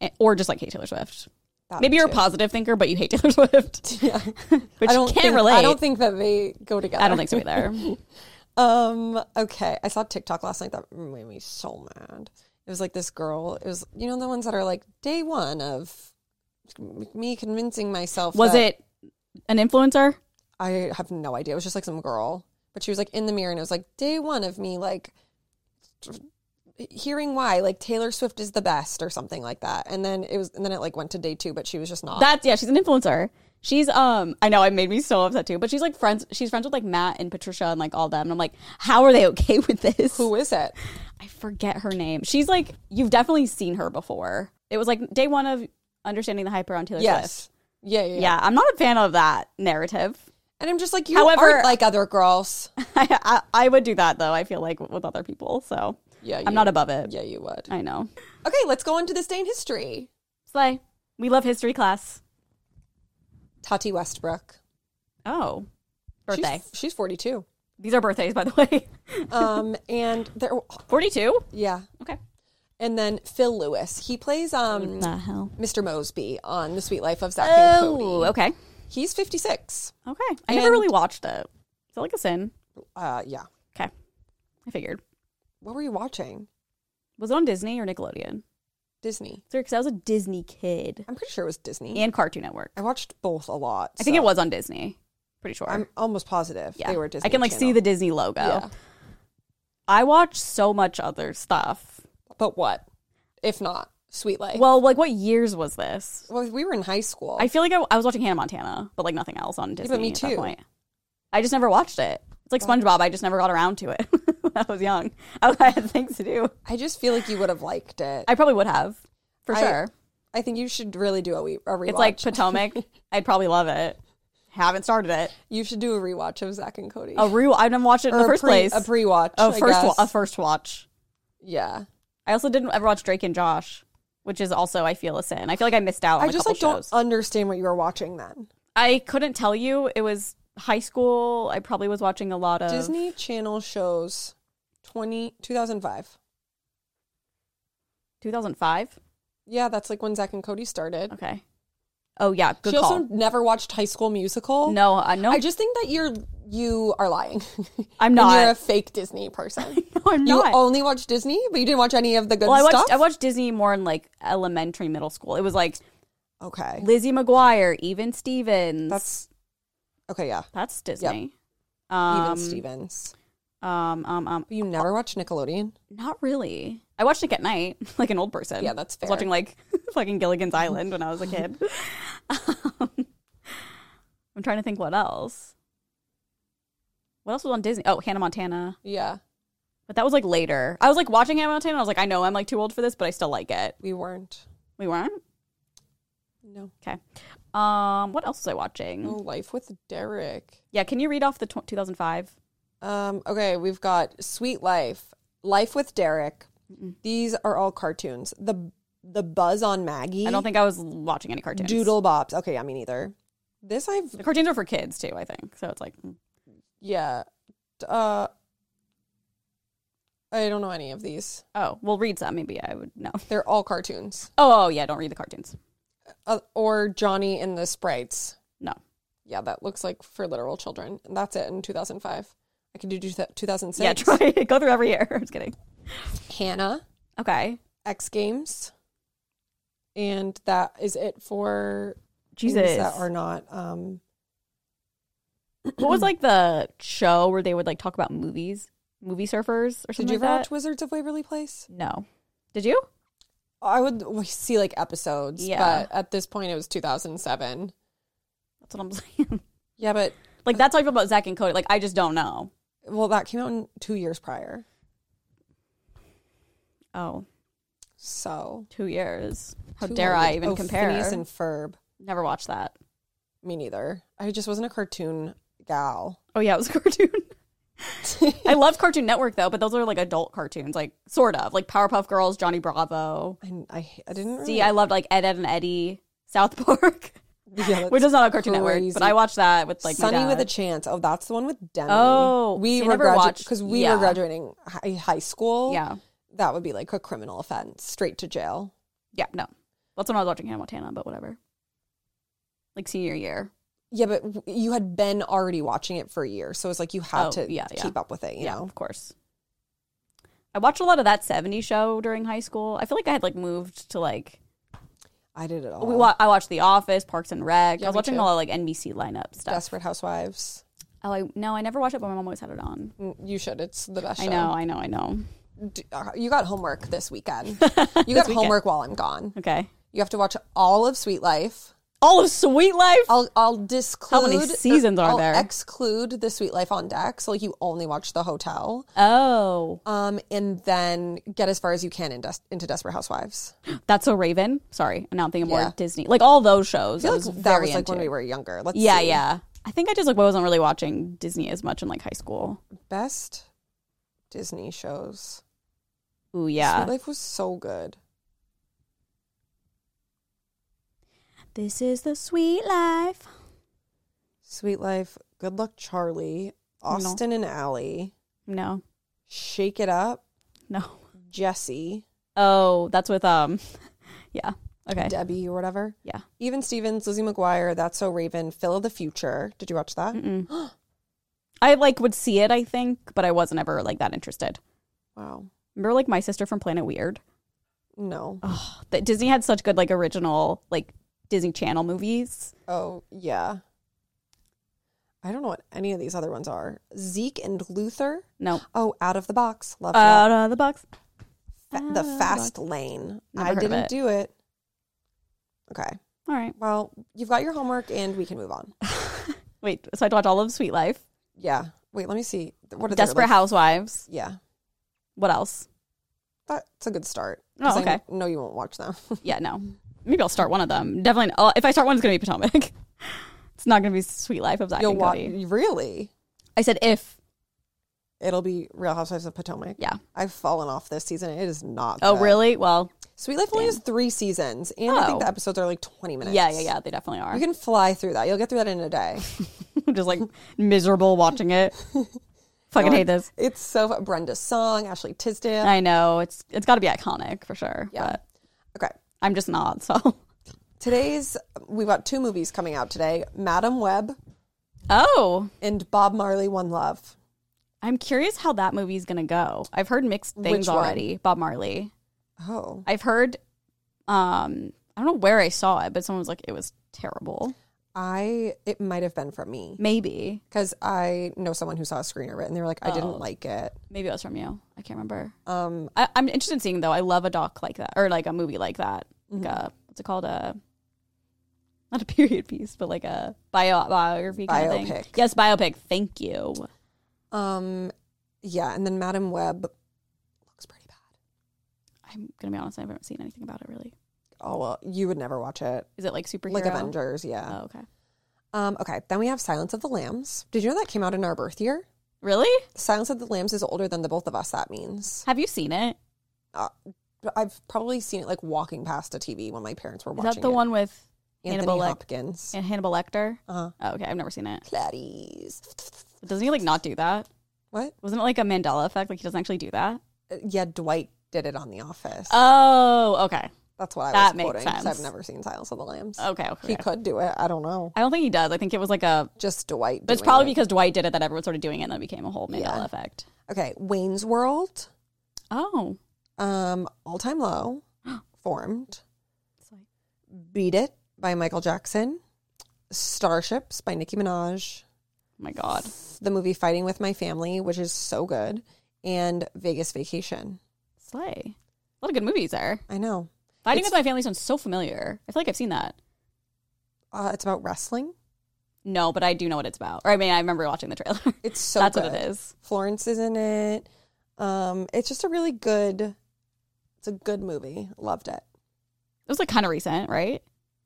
Eh, or just like hate Taylor Swift. That Maybe you're too. a positive thinker, but you hate Taylor Swift, Yeah. which I don't can't think, relate. I don't think that they go together. I don't think so either. Um. Okay. I saw TikTok last night that made me so mad. It was like this girl. It was you know the ones that are like day one of me convincing myself. Was that- it an influencer? I have no idea. It was just like some girl, but she was like in the mirror and it was like day one of me like hearing why like Taylor Swift is the best or something like that. And then it was and then it like went to day two, but she was just not. That's yeah, she's an influencer. She's um I know it made me so upset too, but she's like friends she's friends with like Matt and Patricia and like all them. And I'm like, how are they okay with this? Who is it? I forget her name. She's like you've definitely seen her before. It was like day one of understanding the hype around Taylor Swift. Yes. Yeah, yeah, yeah. Yeah, I'm not a fan of that narrative. And I'm just like you However- aren't like other girls. I, I I would do that though, I feel like with other people. So Yeah, you, I'm not above it. Yeah, you would. I know. Okay, let's go on to this day in history. Slay. We love history class. Tati Westbrook. Oh. Birthday. She's, she's 42. These are birthdays, by the way. Um, and there, Forty two? yeah. Okay. And then Phil Lewis. He plays um, The hell. Mr. Mosby on The Sweet Life of Zach and Oh, Cody. okay. He's 56. Okay. I never And- really watched it. Is that like a sin? Uh, yeah. Okay. I figured. What were you watching? Was it on Disney or Nickelodeon? Disney. Because I was a Disney kid I'm pretty sure it was Disney. and Cartoon Network. I watched both a lot. I think so it was on Disney. Pretty sure. I'm almost positive yeah. they were Disney. I can like see the Channel. Disney logo. Yeah. I watch so much other stuff. But what? If not Sweet Life. Well, like what years was this? Well, we were in high school. I feel like I, I was watching Hannah Montana, but like nothing else on Disney. me at that too. point. I just never watched it. It's like SpongeBob. I just never got around to it when I was young. I, I had things to do. I just feel like you would have liked it. I probably would have, for I- sure. I think you should really do a, re- a rewatch. It's like Potomac. I'd probably love it. Haven't started it. you should do a rewatch of Zach and Cody. A re- I've never watched it in Or the first pre- place. A pre-watch. a I first, wa- guess. a first watch. yeah. I also didn't ever watch Drake and Josh, which is also I feel a sin. I feel like I missed out. On I just Oh, a like couple don't shows. understand what you were watching then. I couldn't tell you. It was high school. I probably was watching a lot of Disney Channel shows 20, 2005. 2005. Yeah, that's like when Zach and Cody started. Okay. Oh yeah, good she call. also never watched High School Musical. no, uh, no, I just think that you're you are lying. I'm And you're not. a fake Disney person. no, I'm you not. only watch Disney, but you didn't watch any of the good well, I watched stuff. I watched Disney more in like elementary, middle school. It was like okay, Lizzie McGuire, Even Stevens. that's okay. Yeah, that's Disney. Um, even Stevens. Um, um, um, But you never watched Nickelodeon. not really. I watched it at night, like an old person. Yeah, that's I fair. was watching like fucking Gilligan's Island when I was a kid. um, I'm trying to think what else. What else was on Disney? Oh, Hannah Montana. yeah, But that was like later. I was like watching Hannah Montana. I was like, I know I'm like too old for this, but I still like it. we weren't. We weren't. No, Um, what else was I watching? no Oh, life with Derek. Yeah, can you read off the tw 2005? Um, okay, we've got Sweet Life, Life with Derek. These are all cartoons. The the Buzz on Maggie. I don't think I was watching any cartoons. Doodle Bobs. Okay, yeah, me neither. This I've The cartoons are for kids too, I think. So it's like, mm. yeah. Uh, I don't know any of these. oh, we'll read some. Maybe I would know. They're all cartoons. Oh, oh, yeah, don't read the cartoons. Uh, or Johnny and the Sprites. No. Yeah, that looks like for literal children. And that's it in 2005. I could do two thou- 2006. Yeah, try it. Go through every year. I'm just kidding. Hannah, Okay. X Games. And that is it for things Jesus. that are not. Um, what was like the show where they would like talk about movies, movie surfers or something did you like ever that? watch Wizards of Waverly Place? no. Did you? I would w- see like episodes, Yeah. but at this point it was 2007. That's what I'm saying. Yeah, but like that's how I feel about Zach and Cody. Like I just don't know. well, that came out in two years prior. Oh, So two years. How Too dare old. I even Oh, compare? Phineas and Ferb. Never watched that. Me neither. I just wasn't a cartoon gal. Oh yeah, it was a cartoon. I love Cartoon Network though, but those are like adult cartoons, like sort of like Powerpuff Girls, Johnny Bravo. I, I, I didn't really. See, I loved like Ed, Ed and Eddie, South Park, yeah, which is not a Cartoon Network, crazy. but I watched that with like like my Sunny with dad. a Chance. Oh, that's the one with Demi. Oh, we see, I were never graduating watched- because we yeah. were graduating high, high school. yeah, that would be like a criminal offense, straight to jail. yeah, no, that's when I was watching Hannah Montana, but whatever. Like senior year, Yeah, but w- you had been already watching it for a year, so it's like you had Oh, to yeah, yeah. keep up with it. You yeah, know, of course. I watched a lot of that '70s show during high school. I feel like I had like moved to like I did it all. we wa- I watched The Office, Parks and Rec. Oh. Yeah, I was me watching too. a lot of like NBC lineup stuff. Desperate Housewives. Oh, I no, I never watched it, but my mom always had it on. Mm, You should. It's the best. I show. know, I know, I know. D- uh, You got homework this weekend. You got homework while I'm gone. Okay, You have to watch all of Sweet Life. all of Sweet Life. I'll I'll disclude many seasons are I'll there? Exclude the Sweet Life on deck, so like you only watch the hotel, Oh, um, and then get as far as you can in Des- into Desperate Housewives. that's so Raven. Sorry, now I'm thinking more Yeah. Disney. Like all those shows. I feel I like was that very was like into. when we were younger. Let's yeah, see. yeah. I think I just like wasn't really watching Disney as much in like high school. Best Disney shows. Ooh, yeah. Sweet Life was so good. this is the sweet life. Sweet Life, Good Luck Charlie, Austin and Ally, No, Shake It Up, no. Jesse, Oh, that's with um, yeah. Okay. Debbie or whatever. Yeah. Even Stevens, Lizzie McGuire, That's So Raven, Phil of the Future. Did you watch that? Mm. Mm-mm. I like would see it, I think, but I wasn't ever like that interested. Wow. Remember, like my sister from Planet Weird. No. that Disney had such good like original like Disney Channel movies. Oh, yeah. I don't know what any of these other ones are. Zeke and Luther. No, Oh, Out of the Box. Love out that. of the box. Fa- the Uh, out of Fast Lane. Never I heard of didn't it. do it. Okay. All right, Well, you've got your homework and we can move on. wait. So I had to watch all of Sweet Life. Yeah. Wait, let me see. What are the other Desperate ones? Housewives. Yeah, What else? that's a good start. Oh, 'Cause okay. I know you won't watch them. Yeah, no. Maybe I'll start one of them. Definitely. i if I start one, it's going to be Potomac. it's not going to be Sweet Life of Zach You'll and watch. Cody. Really? I said if. It'll be Real Housewives of Potomac. Yeah. I've fallen off this season. It is not. Oh, good. really? Well, Sweet Life only has three seasons, and I think Oh. the episodes are like twenty minutes. yeah, yeah, yeah. They definitely You are. can fly through that. You'll get through that in a day. I'm just like miserable watching it. Fucking hate this. It's so fun. Brenda Song, Ashley Tisdale. I know it's it's got to be iconic for sure. Yeah. But Okay. I'm just not. So. Today's we've got two movies coming out today: Madam Web Oh, and Bob Marley One Love. I'm curious how that movie's gonna go. I've heard mixed things Which one? already. Bob Marley. Oh, I've heard. Um, I don't know where I saw it, but someone was like, it was terrible. I it might have been from me Maybe, because I know someone who saw a screener of it and they were like, I didn't like it. maybe it was from you. I can't remember. Um, I, I'm interested in seeing though. I love a doc like that, or like a movie like that. Mm-hmm. Like a what's it called? A not a period piece, but like a bio biography kind of thing. Biopic. Yes, biopic. Thank you. um, yeah, and then Madam Web looks pretty bad. I'm gonna be honest. I haven't seen anything about it really. Oh well, you would never watch it. Is it like superhero? Like Avengers, yeah. Oh, okay. Um, okay, then we have Silence of the Lambs. Did you know that came out in our birth year? Really? Silence of the Lambs is older than the both of us. That means Have you seen it? uh, I've probably seen it like walking past a TV when my parents were Is watching. that the it. one with Anthony Hannibal Lec- Hopkins? and Hannibal Lecter? Uh-huh. Oh, okay, I've never seen it. Clarice. But doesn't he like not do that? What? Wasn't it like a Mandela effect? Like he doesn't actually do that? Uh, Yeah, Dwight did it on The Office. Oh, okay, That's what I that was makes quoting because I've sense. never seen Silence of the Lambs. okay, okay. He could do it. I don't know. I don't think he does. I think it was like a. Just Dwight. But it's doing probably it. because Dwight did it that everyone started doing it, and that became a whole Mandela effect. okay. Wayne's World, Oh, um, All Time Low, Formed, Oh Beat It by Michael Jackson, Starships by Nicki Minaj, my God, the movie Fighting with My Family, which is so good, and Vegas Vacation. slay! A lot of good movies there. I know. Fighting It's- with my family sounds so familiar. I feel like I've seen that. Uh, it's about wrestling. No, but I do know what it's about. Or I mean, I remember watching the trailer. It's so That's good. what it is. Florence is in it. Um, it's just a really good. It's a good movie. Loved it. It was like kind of recent, right?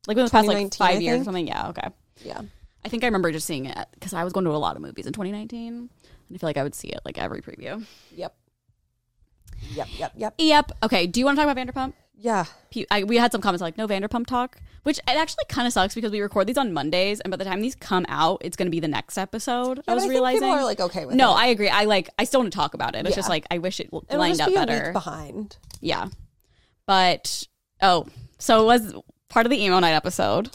Like within the past like 2019, I five years or think. something. Yeah, okay. Yeah. I think I remember just seeing it because I was going to a lot of movies in 2019, and I feel like I would see it like every preview. Yep. Yep. Yep. Yep. Yep. Okay. Do you want to talk about Vanderpump? Yeah. Pe- I, we had some comments like no Vanderpump talk, which it actually kind of sucks because we record these on Mondays, and by the time these come out, it's going to be the next episode. I but was I think realizing people are like okay with no, it. I agree. I like I still want to talk about it. It's Yeah. just like I wish it w- It'll lined just up be a better. week behind. yeah, but oh, so it was part of the emo night episode.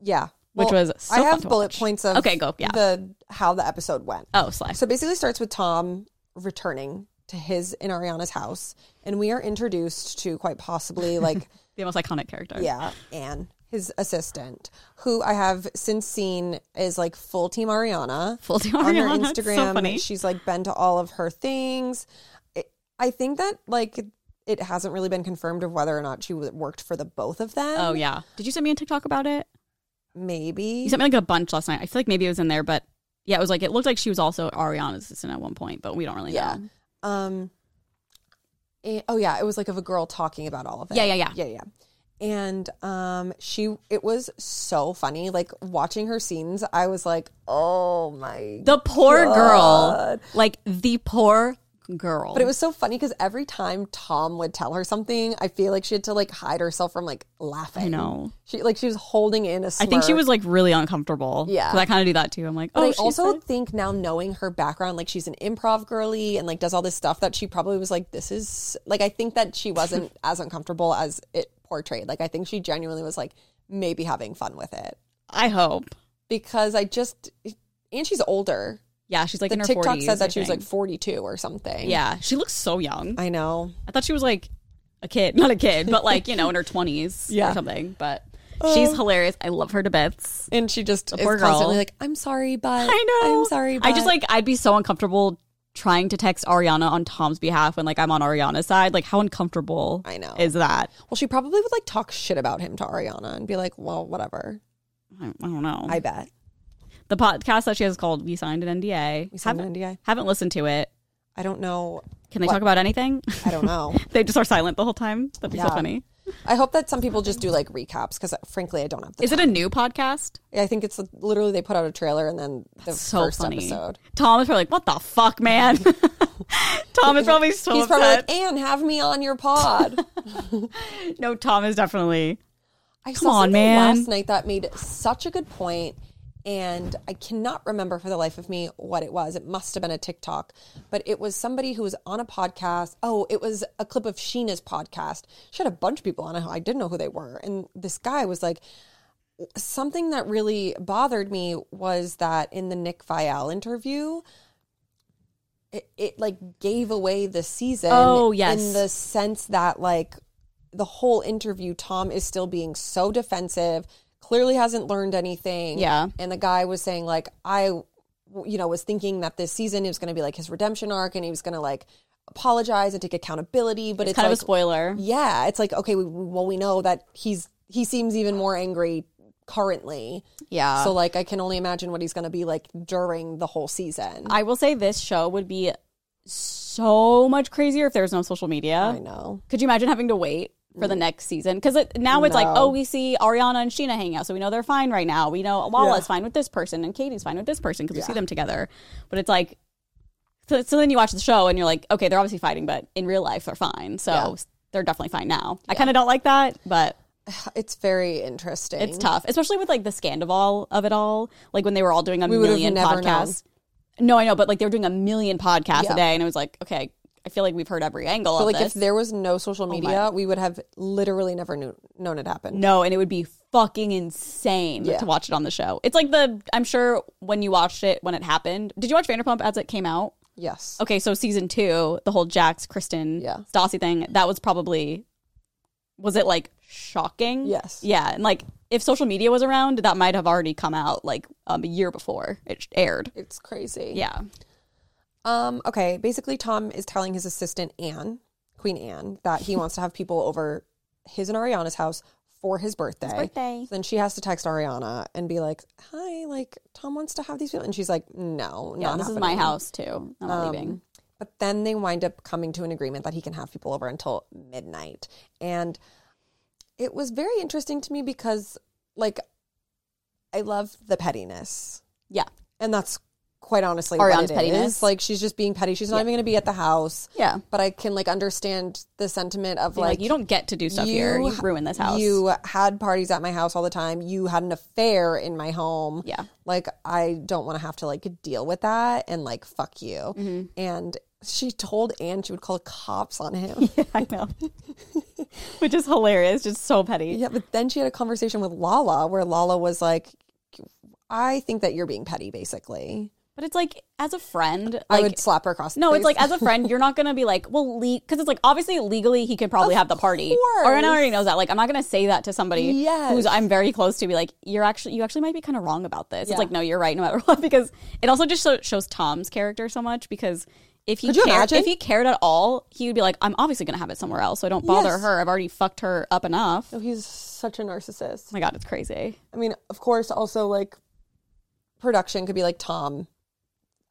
Yeah. Which was so I fun have to bullet watch. points of Okay, go, yeah. the how the episode went. Oh, slash. So basically, starts with Tom returning to his and Ariana's house, and we are introduced to quite possibly like the most iconic character. Yeah, Anne, his assistant, who I have since seen is like full team Ariana. Full team on her Ariana. It's so Instagram. funny. She's like been to all of her things. It, I think that like it hasn't really been confirmed of whether or not she w- worked for the both of them. Oh yeah. Did you send me a TikTok about it? maybe. You sent me like a bunch last night. I feel like maybe it was in there, but yeah, it was like it looked like she was also Ariana's assistant at one point, but we don't really yeah. know. Um. and- oh yeah, it was like of a girl talking about all of it. Yeah, yeah, yeah. yeah, yeah. And um, she it was so funny. Like watching her scenes, I was like, oh my The poor God. girl, like the poor girl. But it was so funny because every time Tom would tell her something, I feel like she had to like hide herself from like laughing. I know. She like she was holding in a slur. I think she was like really uncomfortable. Yeah. 'Cause I kind of do that too. I'm like, But oh, I she's also like- think now knowing her background, like she's an improv girly and like does all this stuff that she probably was like, this is like I think that she wasn't as uncomfortable as it portrayed. Like I think she genuinely was like maybe having fun with it I hope. because I just and she's older. Yeah, she's like The in her TikTok 40s, said I that she was like think. 42 or something. yeah, she looks so young. I know. I thought she was like a kid, not a kid, but like you know in her 20s Yeah. Uh. or something. But she's hilarious. I love her to bits. And she just is poor girl. constantly like, I'm sorry, but I know. I'm sorry, but I just like I'd be so uncomfortable trying to text Ariana on Tom's behalf when like I'm on Ariana's side. Like how uncomfortable I know. is that? Well, she probably would like talk shit about him to Ariana and be like, well, whatever. I, I don't know. I bet. The podcast that she has called "We Signed an NDA." We signed an NDA. Haven't listened to it. I don't know. Can they talk about anything? I don't know. they just are silent the whole time. That'd be so Yeah. funny. I hope that some people just do like recaps because frankly, I don't have the. Is it a new podcast? I think it's literally they put out a trailer and then the So first funny. episode. Tom is probably like, "What the fuck, man." Tom is probably so He's upset. probably like, Anne, have me on your pod. no, Tom is definitely. I Come on, something man. Last night that made such a good point, and I cannot remember for the life of me what it was. It must have been a TikTok, but it was somebody who was on a podcast. Oh, it was a clip of Sheena's podcast. She had a bunch of people on it. who I didn't know who they were, and this guy was like. Something that really bothered me was that in the Nick Vial interview, it, it like gave away the season. Oh, yes. in the sense that like the whole interview, Tom is still being so defensive. Clearly hasn't learned anything. Yeah. and the guy was saying like I, you know, was thinking that this season it was going to be like his redemption arc, and he was going to like apologize and take accountability. But it's, Kind like, of a spoiler. yeah, it's like okay, we, well we know that he's he seems even more angry currently. Yeah. So like I can only imagine what he's going to be like during the whole season. I will say this show would be so much crazier if there was no social I media. know. Mm. Could you imagine having to wait for the next season? Because it, now it's like, No. oh, we see Ariana and Sheena hanging out, so we know they're fine right now. We know Lala's fine with this person and Katie's fine with this person because we see them together. But it's like, so, so then you watch the show and you're like, okay, they're obviously fighting, but in real life they're fine. So they're definitely fine now. I kind of don't like that, but It's very interesting. it's tough, especially with like the scandal of it all. Like when they were all doing a would've million never podcasts. No, I know, but like they were doing a million podcasts a day, and it was like, okay, I feel like we've heard every angle But of like this. Oh if there was no social media, we would have literally never knew, known it happened. no, and it would be fucking insane to watch it on the show. It's like the I'm sure when you watched it when it happened. Did you watch Vanderpump as it came out? Yes. Okay, so season two, the whole Jax Kristen Yeah. Stassi thing, that was probably was it like shocking? Yes. Yeah, and like if social media was around, that might have already come out like um, a year before it aired. It's crazy. Yeah. Um, okay. Basically, Tom is telling his assistant Anne, Queen Anne, that he wants to have people over his and Ariana's house for his birthday. birthday. So then she has to text Ariana and be like, "Hi, like Tom wants to have these people," and she's like, "No, Yeah, not this is my happening." house too. I'm not leaving. Um, But then they wind up coming to an agreement that he can have people over until midnight. And it was very interesting to me because, like, I love the pettiness. Yeah. And that's quite honestly Ariana's what it pettiness. is. Like, she's just being petty. She's not even going to be at the house. Yeah. But I can, like, understand the sentiment of, Like, like, you don't get to do stuff here. You ruin this house. You had parties at my house all the time. You had an affair in my home. Yeah. Like I don't want to have to like deal with that and like fuck you. Mm-hmm. And she told Anne she would call cops on him. I know. Which is hilarious. Just so petty. yeah, but then she had a conversation with Lala where Lala was like I think that you're being petty basically. But it's like as a friend, I like would slap her across the no, it's face. like as a friend, you're not gonna be like, well, because it's like obviously legally he could probably have the party. course. Or and I already knows that. Like, I'm not gonna say that to somebody Yes. who's I'm very close to. Be like, you're actually you actually might be kind of wrong about this. Yeah. It's like no, you're right no matter what because it also just so, shows Tom's character so much because. If he, Could you cared, imagine? if he cared at all, he would be like, I'm obviously going to have it somewhere else, so I don't bother Yes. her. I've already fucked her up enough. Oh Oh, he's such a narcissist. my God, it's crazy. I mean, of course also like production could be like Tom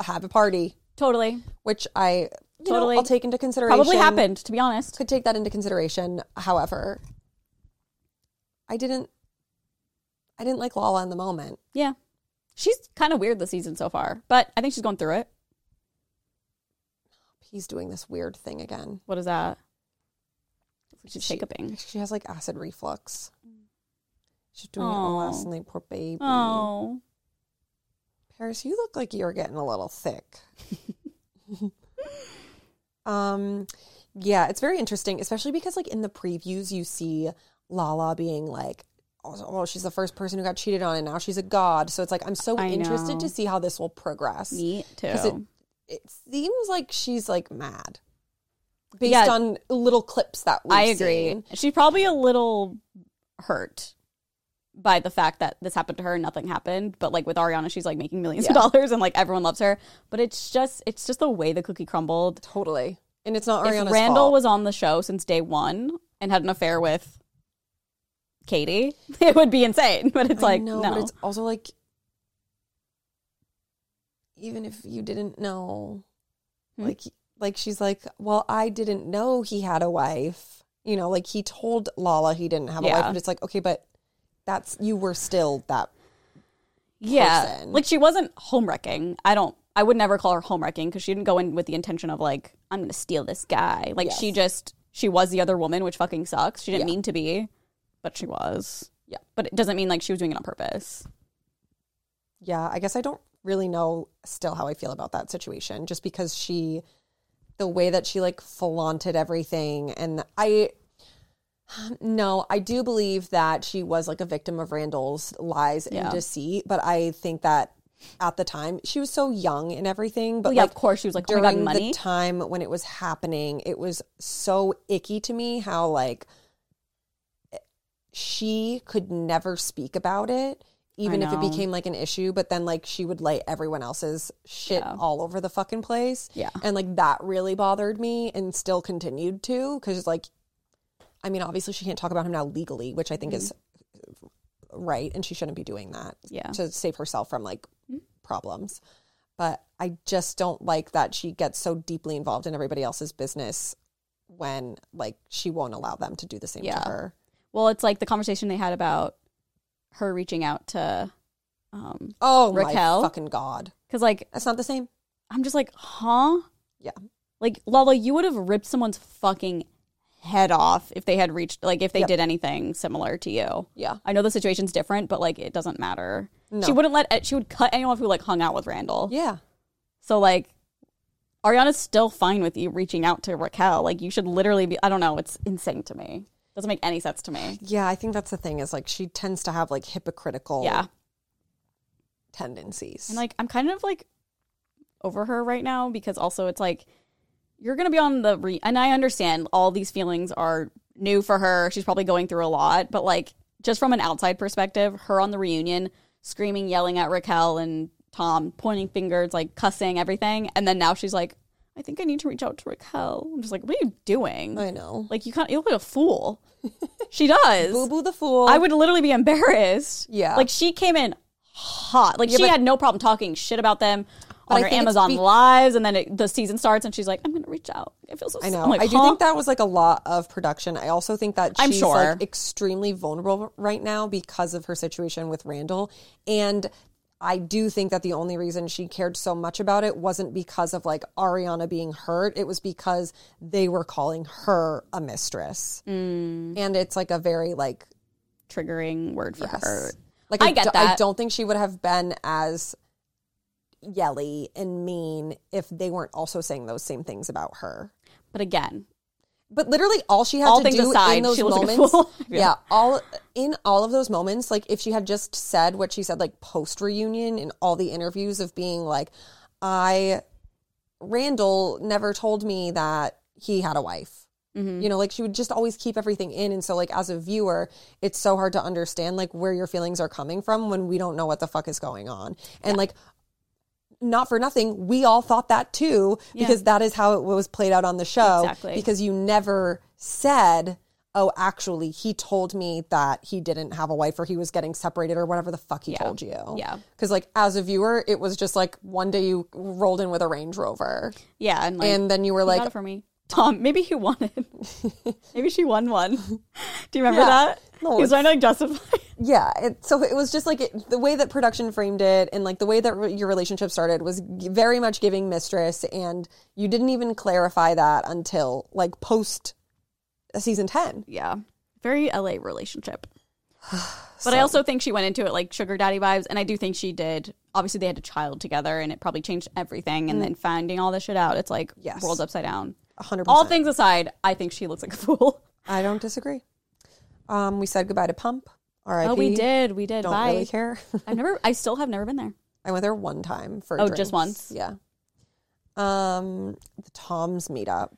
have a party, Totally. which I you know, Totally. I'll take into consideration. Probably happened, to be honest. could take that into consideration. However, I didn't I didn't like Lala in the moment. Yeah. She's kind of weird this season so far, but I think she's going through it. He's doing this weird thing again. What is that? She's She- shake a bing. She has like acid reflux. She's doing it all Aw. last night, poor baby. Oh. Paris, you look like you're getting a little thick. um yeah, it's very interesting, especially because like in the previews you see Lala being like Oh, oh, she's the first person who got cheated on, and now she's a god. So it's like I'm so I interested know. to see how this will progress. Me too. it- it seems like she's like mad based Yeah. on little clips that we've I agree. seen. She's probably a little hurt by the fact that this happened to her and nothing happened. But like with Ariana, she's like making millions of dollars and like everyone loves her. But it's just it's just the way the cookie crumbled. Totally. And it's not If Ariana's Randall fault. was on the show since day one and had an affair with Katie, it would be insane. But it's I like know, no. but it's also like even if you didn't know, Hmm. like like she's like, well, I didn't know he had a wife. You know, like he told Lala he didn't have a wife, Yeah. but it's like okay, but that's you were still that. yeah person. like she wasn't homewrecking i don't i would never call her homewrecking because she didn't go in with the intention of like i'm gonna steal this guy like she just she was the other woman which fucking sucks she didn't mean to be but she was Yeah. but it doesn't mean like she was doing it on purpose Yeah, I guess I don't really know still how I feel about that situation, just because she, the way that she like flaunted everything, and I. No, I do believe that she was like a victim of Randall's lies and Yeah. deceit, but I think that at the time she was so young and everything, but yeah like of course she was like oh my during god money the time when it was happening, it was so icky to me how like eh, she could never speak about it, even if it know. became like an issue. But then like she would lay everyone else's shit all over the fucking place. Yeah. and like that really bothered me, and still continued to because like, I mean, obviously she can't talk about him now legally, which I Mm-hmm. think is eh, right, and she shouldn't be doing that yeah Mm-hmm. to save herself from like problems. But I just don't like that she gets so deeply involved in everybody else's business when like she won't allow them to do the same Yeah. to her. well it's like the conversation they had about her reaching out to um Oh Raquel? my fucking god. because like That's not the same. i'm just like huh Yeah. Like Lala, you would have ripped someone's fucking head off if they had reached like if they Yep. did anything similar to you. Yeah. I know the situation's different, but like it doesn't matter. She wouldn't let she would cut anyone who like hung out with Randall. Yeah. So like Ariana's still fine with you reaching out to Raquel. Like you should literally be I don't know, it's insane to me. Doesn't make any sense to me. Yeah, I think that's the thing is like she tends to have like hypocritical Yeah. tendencies. And like I'm kind of like over her right now because also it's like you're gonna be on the re and I understand all these feelings are new for her. She's probably going through a lot, but like just from an outside perspective, her on the reunion, screaming, yelling at Raquel and Tom, pointing fingers, like cussing, everything, and then now she's like, I think I need to reach out to Raquel. I'm just like, what are you doing? I know. like you can't you look like a fool. she does. Boo boo the fool. I would literally be embarrassed. Oh. Yeah. Like she came in hot. Like she had no problem talking shit about them I on her think it's Amazon be- lives, and then it, the season starts, and she's like, "I'm gonna reach out." I feel so. I s-" know. I'm like, I do huh? think that was like a lot of production. I also think that she's I'm sure. like extremely vulnerable right now because of her situation with Randall. And I do think that the only reason she cared so much about it wasn't because of like Ariana being hurt. It was because they were calling her a mistress. Mm. And it's like a very like triggering word for her. like I get do- I that. don't think she would have been as yelly and mean if they weren't also saying those same things about her. But again, But literally, all she had All to things do aside, in those she looks like a moments, fool. yeah. all in all of those moments, like if she had just said what she said, like post reunion in all the interviews of being like, I, Randall never told me that he had a wife. Mm-hmm. You know, like she would just always keep everything in, and so like as a viewer, it's so hard to understand like where your feelings are coming from when we don't know what the fuck is going on, and like not for nothing, we all thought that too because that is how it was played out on the show. Exactly. Because you never said, "Oh, actually, he told me that he didn't have a wife or he was getting separated or whatever the fuck he told you." Yeah. Because like as a viewer, it was just like one day you rolled in with a Range Rover yeah, and like and then you were like like, for me, Tom. Maybe he won it. maybe she won one. do you remember Yeah. that? No, he was trying to like, justify. Yeah, it, so it was just like it, the way that production framed it, and like the way that re- your relationship started was g- very much giving mistress, and you didn't even clarify that until like post season ten. yeah very la relationship but i also think she went into it like sugar daddy vibes and i do think she did obviously they had a child together and it probably changed everything and then finding all this shit out it's like Mm. Yes. world's upside down A hundred all percent. things aside i think she looks like a fool I don't disagree. Um, we said goodbye to Pump. R.I.P. oh we did we did Don't bye really care. i've never i still have never been there I went there one time for Oh, just drinks. once? Yeah. Um, the Toms meetup.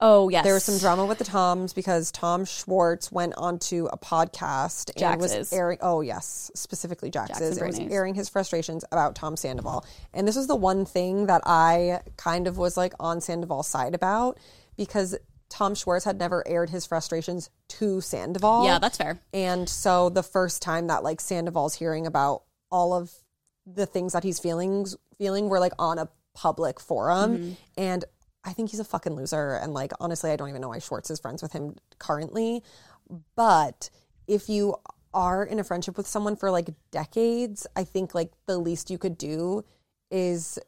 oh yes There was some drama with the Toms because Tom Schwartz went onto a podcast and Jax's. was airing. Oh yes, specifically Jax's. Jackson and was Brittany's. airing his frustrations about Tom Sandoval, and this was the one thing that I kind of was like on Sandoval's side about because Tom Schwartz had never aired his frustrations to Sandoval. yeah that's fair And so the first time that like Sandoval's hearing about all of the things that he's feelings feeling we're like on a public forum and I think he's a fucking loser and like honestly I don't even know why Schwartz is friends with him currently but if you are in a friendship with someone for like decades, I think like the least you could do is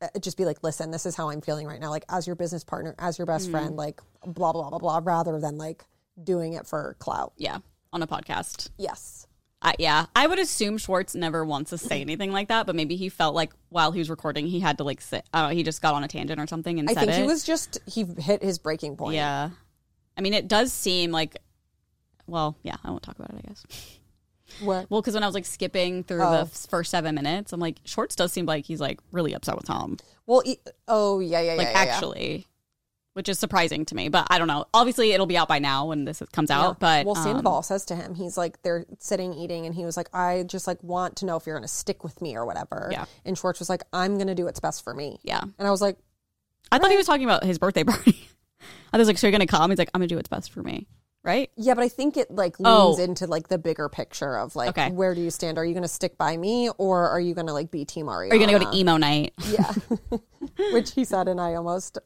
uh, just be like, listen, this is how I'm feeling right now. Like, as your business partner, as your best friend, like, blah, blah, blah, blah, rather than like doing it for clout. Yeah, on a podcast. Yes. I, yeah, I would assume Schwartz never wants to say anything like that, but maybe he felt like while he was recording, he had to like sit. I don't know, he just got on a tangent or something and I said think it. he was just, he hit his breaking point. Yeah, I mean, it does seem like. Well, yeah, I won't talk about it. I guess. What? Well, because when I was like skipping through the Oh. f- first seven minutes, I'm like, Schwartz does seem like he's like really upset with Tom, Well, e- oh, yeah, yeah, yeah. like yeah, yeah. actually, which is surprising to me. But I don't know. Obviously, it'll be out by now when this comes out. But well, um, Sandoval says to him, he's like, they're sitting eating, and he was like, I just like want to know if you're going to stick with me or whatever. Yeah. And Schwartz was like, I'm going to do what's best for me. yeah, And I was like, I thought he was talking about his birthday party. I was like, so you're gonna come? He's like, I'm gonna do what's best for me, right? Yeah, but I think it like Oh. leans into like the bigger picture of like Okay. where do you stand? Are you going to stick by me or are you going to like be Team Ariana? Are you gonna go to emo night? Yeah, which he said, and I almost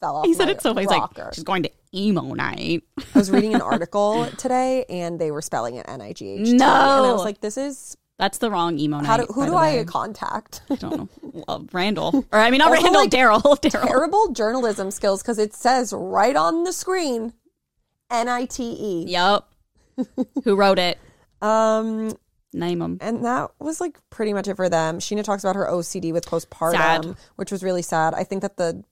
fell off. He said my it so funny. He's rocker. like, she's going to emo night. I was reading an article today, and they were spelling it N I G H. and I No. was like, this is That's the wrong emo how night. do, who by do the I way. Oh. contact? I don't know. Well, Randall, or I mean, not Also, Randall, Oh, like, Daryl, Daryl. Terrible journalism skills because it says right on the screen, N I T E. Yep. who wrote it? Um, Name him. And that was like pretty much it for them. Sheena talks about her OCD with postpartum, Sad. which was really sad. I think that the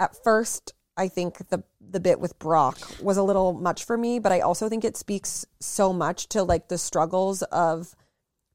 at first, I think the the bit with Brock was a little much for me, but I also think it speaks so much to like the struggles of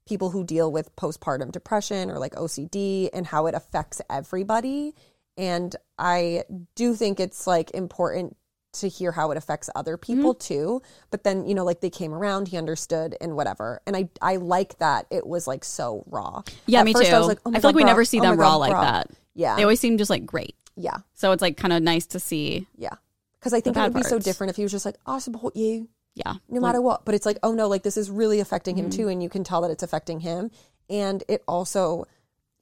people who deal with postpartum depression or like OCD and how it affects everybody. And I do think it's like important to hear how it affects other Mm-hmm. people too. But then, you know, like they came around, he understood and whatever. And I I like that it was like so raw. Yeah, At me first too. I, was like, oh my I feel God, like we Brock. never see Oh my them God, raw like Brock. that. Yeah. They always seem just like great. yeah. So it's like kind of nice to see. Yeah. Because I think it bad would be so parts. different if he was just like, I support you Yeah. no matter what. But it's like, oh no, like this is really affecting him Mm-hmm. too. And you can tell that it's affecting him. And it also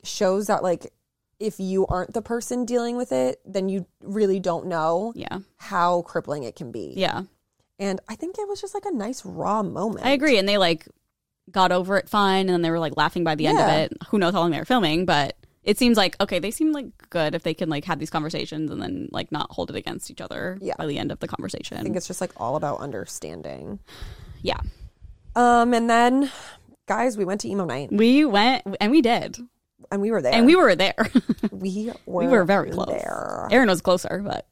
shows that, like, if you aren't the person dealing with it, then you really don't know Yeah. how crippling it can be. Yeah. And I think it was just like a nice raw moment. I agree. And they like got over it fine and then they were like laughing by the end Yeah. of it. Who knows how long they were filming, but it seems like okay, they seem like good if they can like have these conversations and then like not hold it against each other Yeah. by the end of the I think conversation. it's just like all about understanding. Yeah. Um, and then guys, we went to emo night We went and we did. and we were there. And we were there. we were we were very close. there. Aaron was closer, but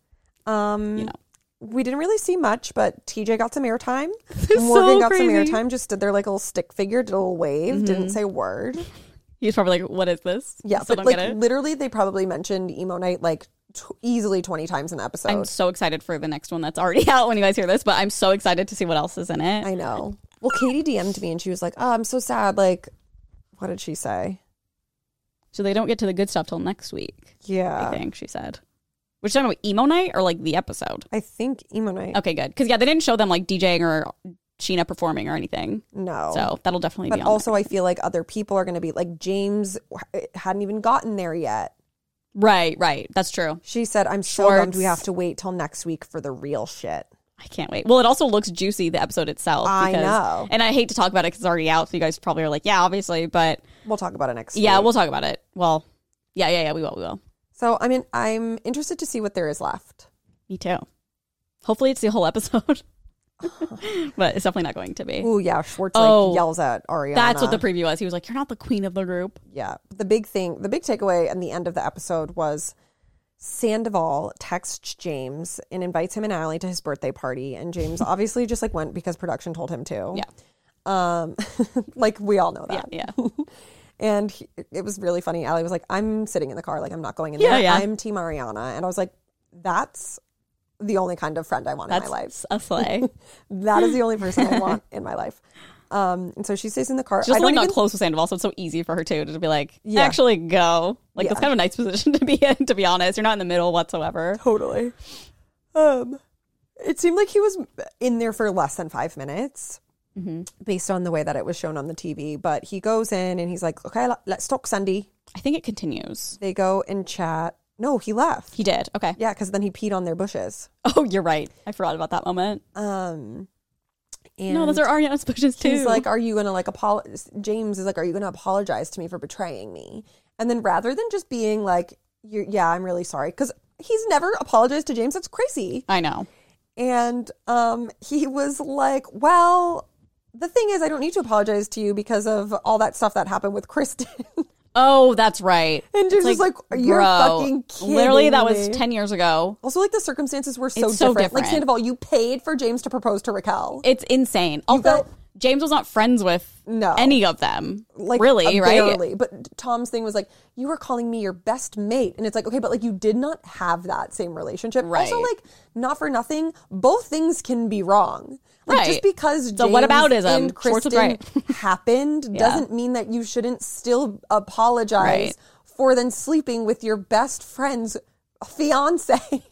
Um, you know. we didn't really see much, but TJ got some airtime. is Morgan so got some crazy. Mm-hmm. airtime, just stood there like a little stick figure, did a little wave, didn't say a word. He was probably like, What is this? Yeah, Still but don't like get it. literally, they probably mentioned emo night like t- easily twenty times in the episode. I'm so excited for the next one that's already out when you guys hear this, but I'm so excited to see what else is in it. I know. Well, Katie DM'd me and she was like, "Oh, I'm so sad." Like, what did she say? So they don't get to the good stuff till next week, I Yeah, think she said. Which I don't know, emo night or like the episode. I think emo night. Okay, good. Because yeah, they didn't show them like DJing or Sheena performing or anything. No, So that'll definitely Oh. but be on. also I feel like other people are going to be like James w- hadn't even gotten there yet. there. Right, right. That's true. She said, "I'm so Schwartz. bummed we have to wait till next week for the real shit." I can't wait. Well, it also looks juicy, the episode itself. I because- know. And I hate to talk about it because it's already out. So you guys probably are like, yeah, obviously. But We'll talk about it next. yeah, week. we'll talk about it. Well, yeah, yeah, yeah, we will. We will. So I mean, I'm interested to see what there is left. Me too. Hopefully it's the whole episode. but it's definitely not going to be. Ooh, yeah, Schwartz Oh. like yells at Ariana. That's what the preview was. He was like, You're not the queen of the group. yeah. The big thing, the big takeaway, and the end of the episode was Sandoval texts James and invites him and Allie to his birthday party, and James obviously just like went because production told him to. Yeah. Um, like we all know that. Yeah. And he, it was really funny. Allie was like, "I'm sitting in the car, like I'm not going in Yeah, there. yeah. I'm Team Ariana," and I was like, "That's." The only kind of friend I want That's in my life. a slay. That is the only person I want in my life. Um, and so she stays in the car. She's I also, don't like not even- close with Sandoval, so it's so easy for her too to be like, Yeah. actually go. Like that's Yeah. kind of a nice position to be in, to be honest. You're not in the middle whatsoever. totally. Um, it seemed like he was in there for less than five minutes, Mm-hmm. based on the way that it was shown on the TV. But he goes in and he's like, "Okay, l- let's talk, Sandy." I think it continues. They go and chat. No, he left. He did. Okay. Yeah, because then he peed on their bushes. Oh, you're right. I forgot about that moment. Um, and no, those are Ariana's bushes too. he's like, "Are you gonna like apologize?" James is like, "Are you gonna apologize to me for betraying me?" And then rather than just being like, you "Yeah, I'm really sorry," because he's never apologized to James. That's crazy. I know. And um, he was like, "Well." The thing is, I don't need to apologize to you because of all that stuff that happened with Kristen. Oh, that's right. and James was like, "You're Bro, fucking kidding." literally that was me." ten years ago. Also, like the circumstances were so, It's so Like different. Sandoval, you paid for James to propose to Raquel. It's insane. Although got- James was not friends with No. any of them. like really, uh, right? barely. But Tom's thing was like, you were calling me your best mate, and it's like, okay, but like you did not have that same relationship. Also, Right. like not for nothing, both things can be wrong. Like Right. just because James So what about ism? and Schwartz Kristen was right. happened doesn't mean that you shouldn't still apologize Right. for then sleeping with your best friend's fiance,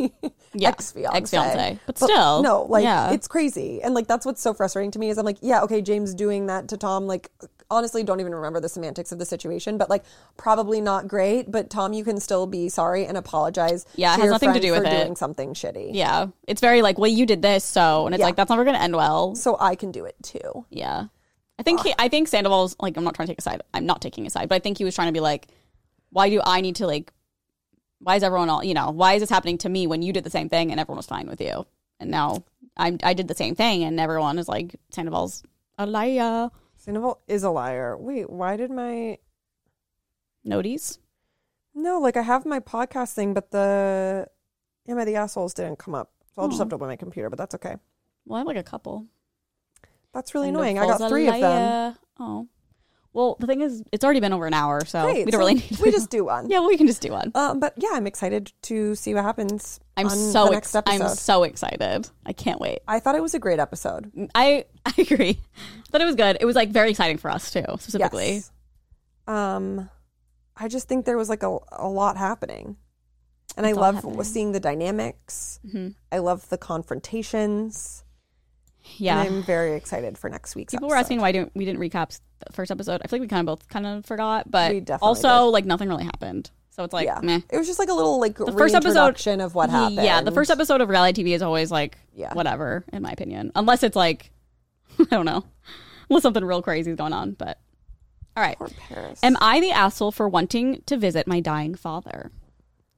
Yeah, ex fiance, ex-fiance. But still, no, like yeah. it's crazy, and like that's what's so frustrating to me is I'm like, yeah, okay, James doing that to Tom, like honestly, don't even remember the semantics of the situation, but like probably not great, but Tom, you can still be sorry and apologize. Yeah, it to has your nothing to friend do with for it. doing something shitty. Yeah. It's very like, well, you did this, so and it's Yeah. like that's never gonna end well. So I can do it too. Yeah. I think he, I think Sandoval's like I'm not trying to take a side. I'm not taking a side, but I think he was trying to be like, why do I need to like why is everyone all you know, why is this happening to me when you did the same thing and everyone was fine with you? And now I'm I did the same thing and everyone is like Sandoval's a liar. Sandoval is a liar. Wait, why did my Notice? no? Like I have my podcast thing, but the Am I the Assholes didn't come up, so I'll just have to open my computer. But that's okay. Well, I have like a couple. That's really Sandoval's a liar. Oh. Well, the thing is it's already been over an hour, so Great, we don't so really need to we just do one. Yeah, well, we can just do one. Um, but yeah, I'm excited to see what happens. I'm on so the ex- next episode. I'm so excited. I can't wait. Mm, I thought it was a great episode. I I agree. I thought it was good. It was like very exciting for us too, specifically. Yes. Um, I just think there was like a, a lot happening, and I It's all love happening. Mm-hmm. seeing the dynamics. I love the confrontations. Yeah. and I'm very excited for next week's. People were episode. asking why didn't we didn't recap the first episode. I feel like we kind of both kind of forgot, but We definitely also did. like nothing really happened. So it's like yeah, meh. it was just like a little like The first episode reintroduction of what happened. Yeah, the first episode of reality TV is always like Yeah. whatever in my opinion, unless it's like I don't know, unless something real crazy is going on. But all right, Poor Paris. Am I the asshole for wanting to visit my dying father?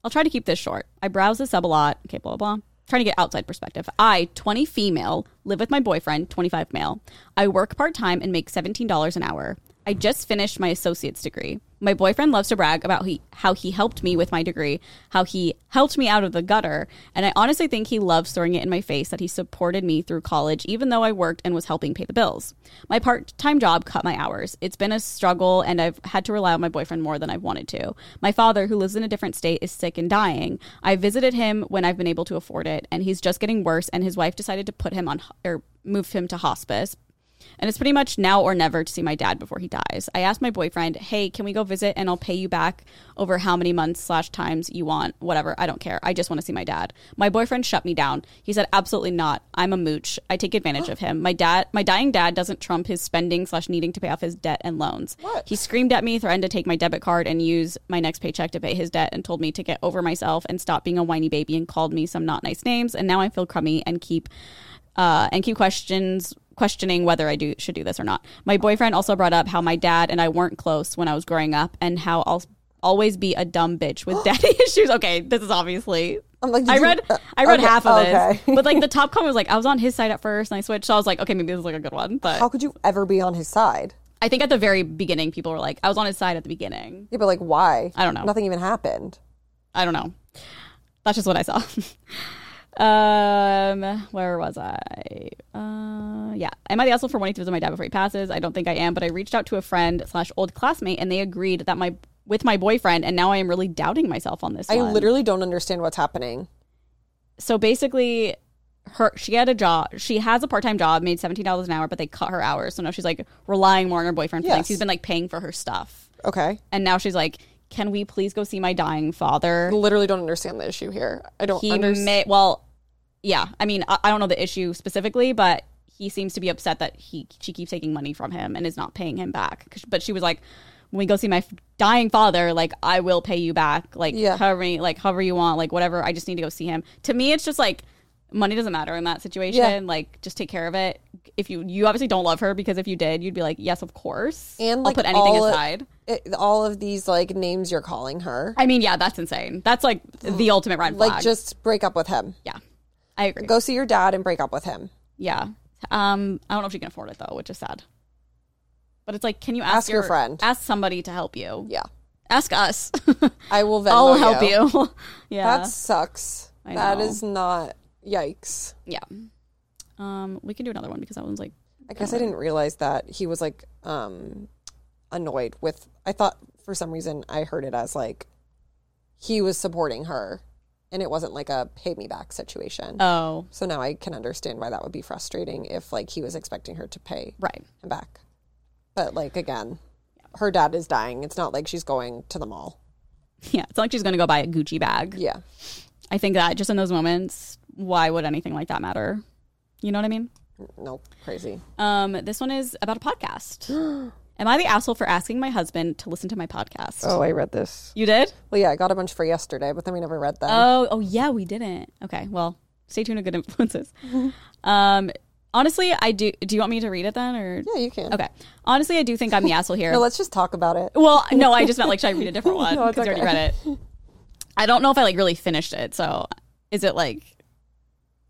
I'll try to keep this short. I browse the sub a lot. Okay, blah, blah, blah. Trying to get outside perspective. I, 20 female, live with my boyfriend, 25 male. I work part time and make $17 an hour. I just finished my associate's degree. My boyfriend loves to brag about he, how he helped me with my degree, how he helped me out of the gutter, and I honestly think he loves throwing it in my face that he supported me through college, even though I worked and was helping pay the bills. My part time job cut my hours. It's been a struggle, and I've had to rely on my boyfriend more than I've wanted to. My father, who lives in a different state, is sick and dying. I visited him when I've been able to afford it, and he's just getting worse, and his wife decided to put him on or move him to hospice. And it's pretty much now or never to see my dad before he dies. I asked my boyfriend, "Hey, can we go visit? And I'll pay you back over how many months slash times you want, whatever. I don't care. I just want to see my dad." My boyfriend shut me down. He said, "Absolutely not. I'm a mooch. I take advantage of him. My dad, my dying dad, doesn't trump his spending slash needing to pay off his debt and loans. He screamed at me, threatened to take my debit card and use my next paycheck to pay his debt, and told me to get over myself and stop being a whiny baby, and called me some not nice names. And now I feel crummy and keep." uh, and keep questions questioning whether I do should do this or not. My boyfriend also brought up how my dad and I weren't close when I was growing up, and how I'll always be a dumb bitch with daddy issues. Okay, this is obviously. I'm like, did I you- read, uh, I read okay, half of this, okay. but like the top comment was like I was on his side at first, and I switched. So I was like, okay, maybe this is like a good one. But How could you ever be on his side? I think at the very beginning, people were like, I was on his side at the beginning. Yeah, but like why? I don't know. Nothing even happened. I don't know. That's just what I saw. um, where was I? Uh, yeah. Am I the asshole for wanting to visit my dad before he passes? I don't think I am, but I reached out to a friend slash old classmate, and they agreed that my with my boyfriend, and now I am really doubting myself on this. I one. literally don't understand what's happening. so basically. Her, she had a job. She has a part-time job, made seventeen dollars an hour, but they cut her hours. So now she's like relying more on her boyfriend. For things. Yes. He's been like paying for her stuff, Okay. and now she's like, "Can we please go see my dying father?" literally don't understand the issue here. I don't he understand. may well yeah i mean I, I don't know the issue specifically but he seems to be upset that he she keeps taking money from him and is not paying him back 'Cause- but she was like when we go see my f- dying father, like I will pay you back, like Yeah. however many, like however you want, like whatever. I just need to go see him. To me, it's just like money doesn't matter in that situation. Yeah. Like just take care of it. If you you obviously don't love her because if you did, you'd be like, yes, of course, And, I'll like, put anything all- aside. It, all of these like names you're calling her, I mean, yeah, that's insane. That's like the ultimate red flag. Mm. like just break up with him. yeah, I agree. Go see your dad and break up with him. Yeah. Um, I don't know if she can afford it though, which is sad. But it's like, can you ask, Ask your friend. Ask somebody to help you. Yeah, Ask us. I will. Venmo I'll help you. yeah. That sucks. I That know. is not yikes. yeah. Um, we can do another one because that one's like, I guess I didn't realize that he was like um annoyed with I thought for some reason I heard it as like he was supporting her and it wasn't like a pay me back situation. oh, so now I can understand why that would be frustrating if like he was expecting her to pay right. him back. But like again, her dad is dying. It's not like she's going to the mall. Yeah. It's not like she's gonna go buy a Gucci bag. Yeah. I think that just in those moments, why would anything like that matter? You know what I mean? No, crazy. Um, this one is about a podcast. Am I the asshole for asking my husband to listen to my podcast? Oh, I read this. You did? Well, yeah, I got a bunch for yesterday, but then we never read them. Oh, oh yeah, we didn't. Okay, well, stay tuned to good influences. um, honestly, I do. Do you want me to read it then, or yeah, you can. okay? Honestly, I do think I'm the asshole here. No, let's just talk about it. well, no, I just meant like should I read a different one No, because it's I already okay. read it. I don't know if I like really finished it. So, is it like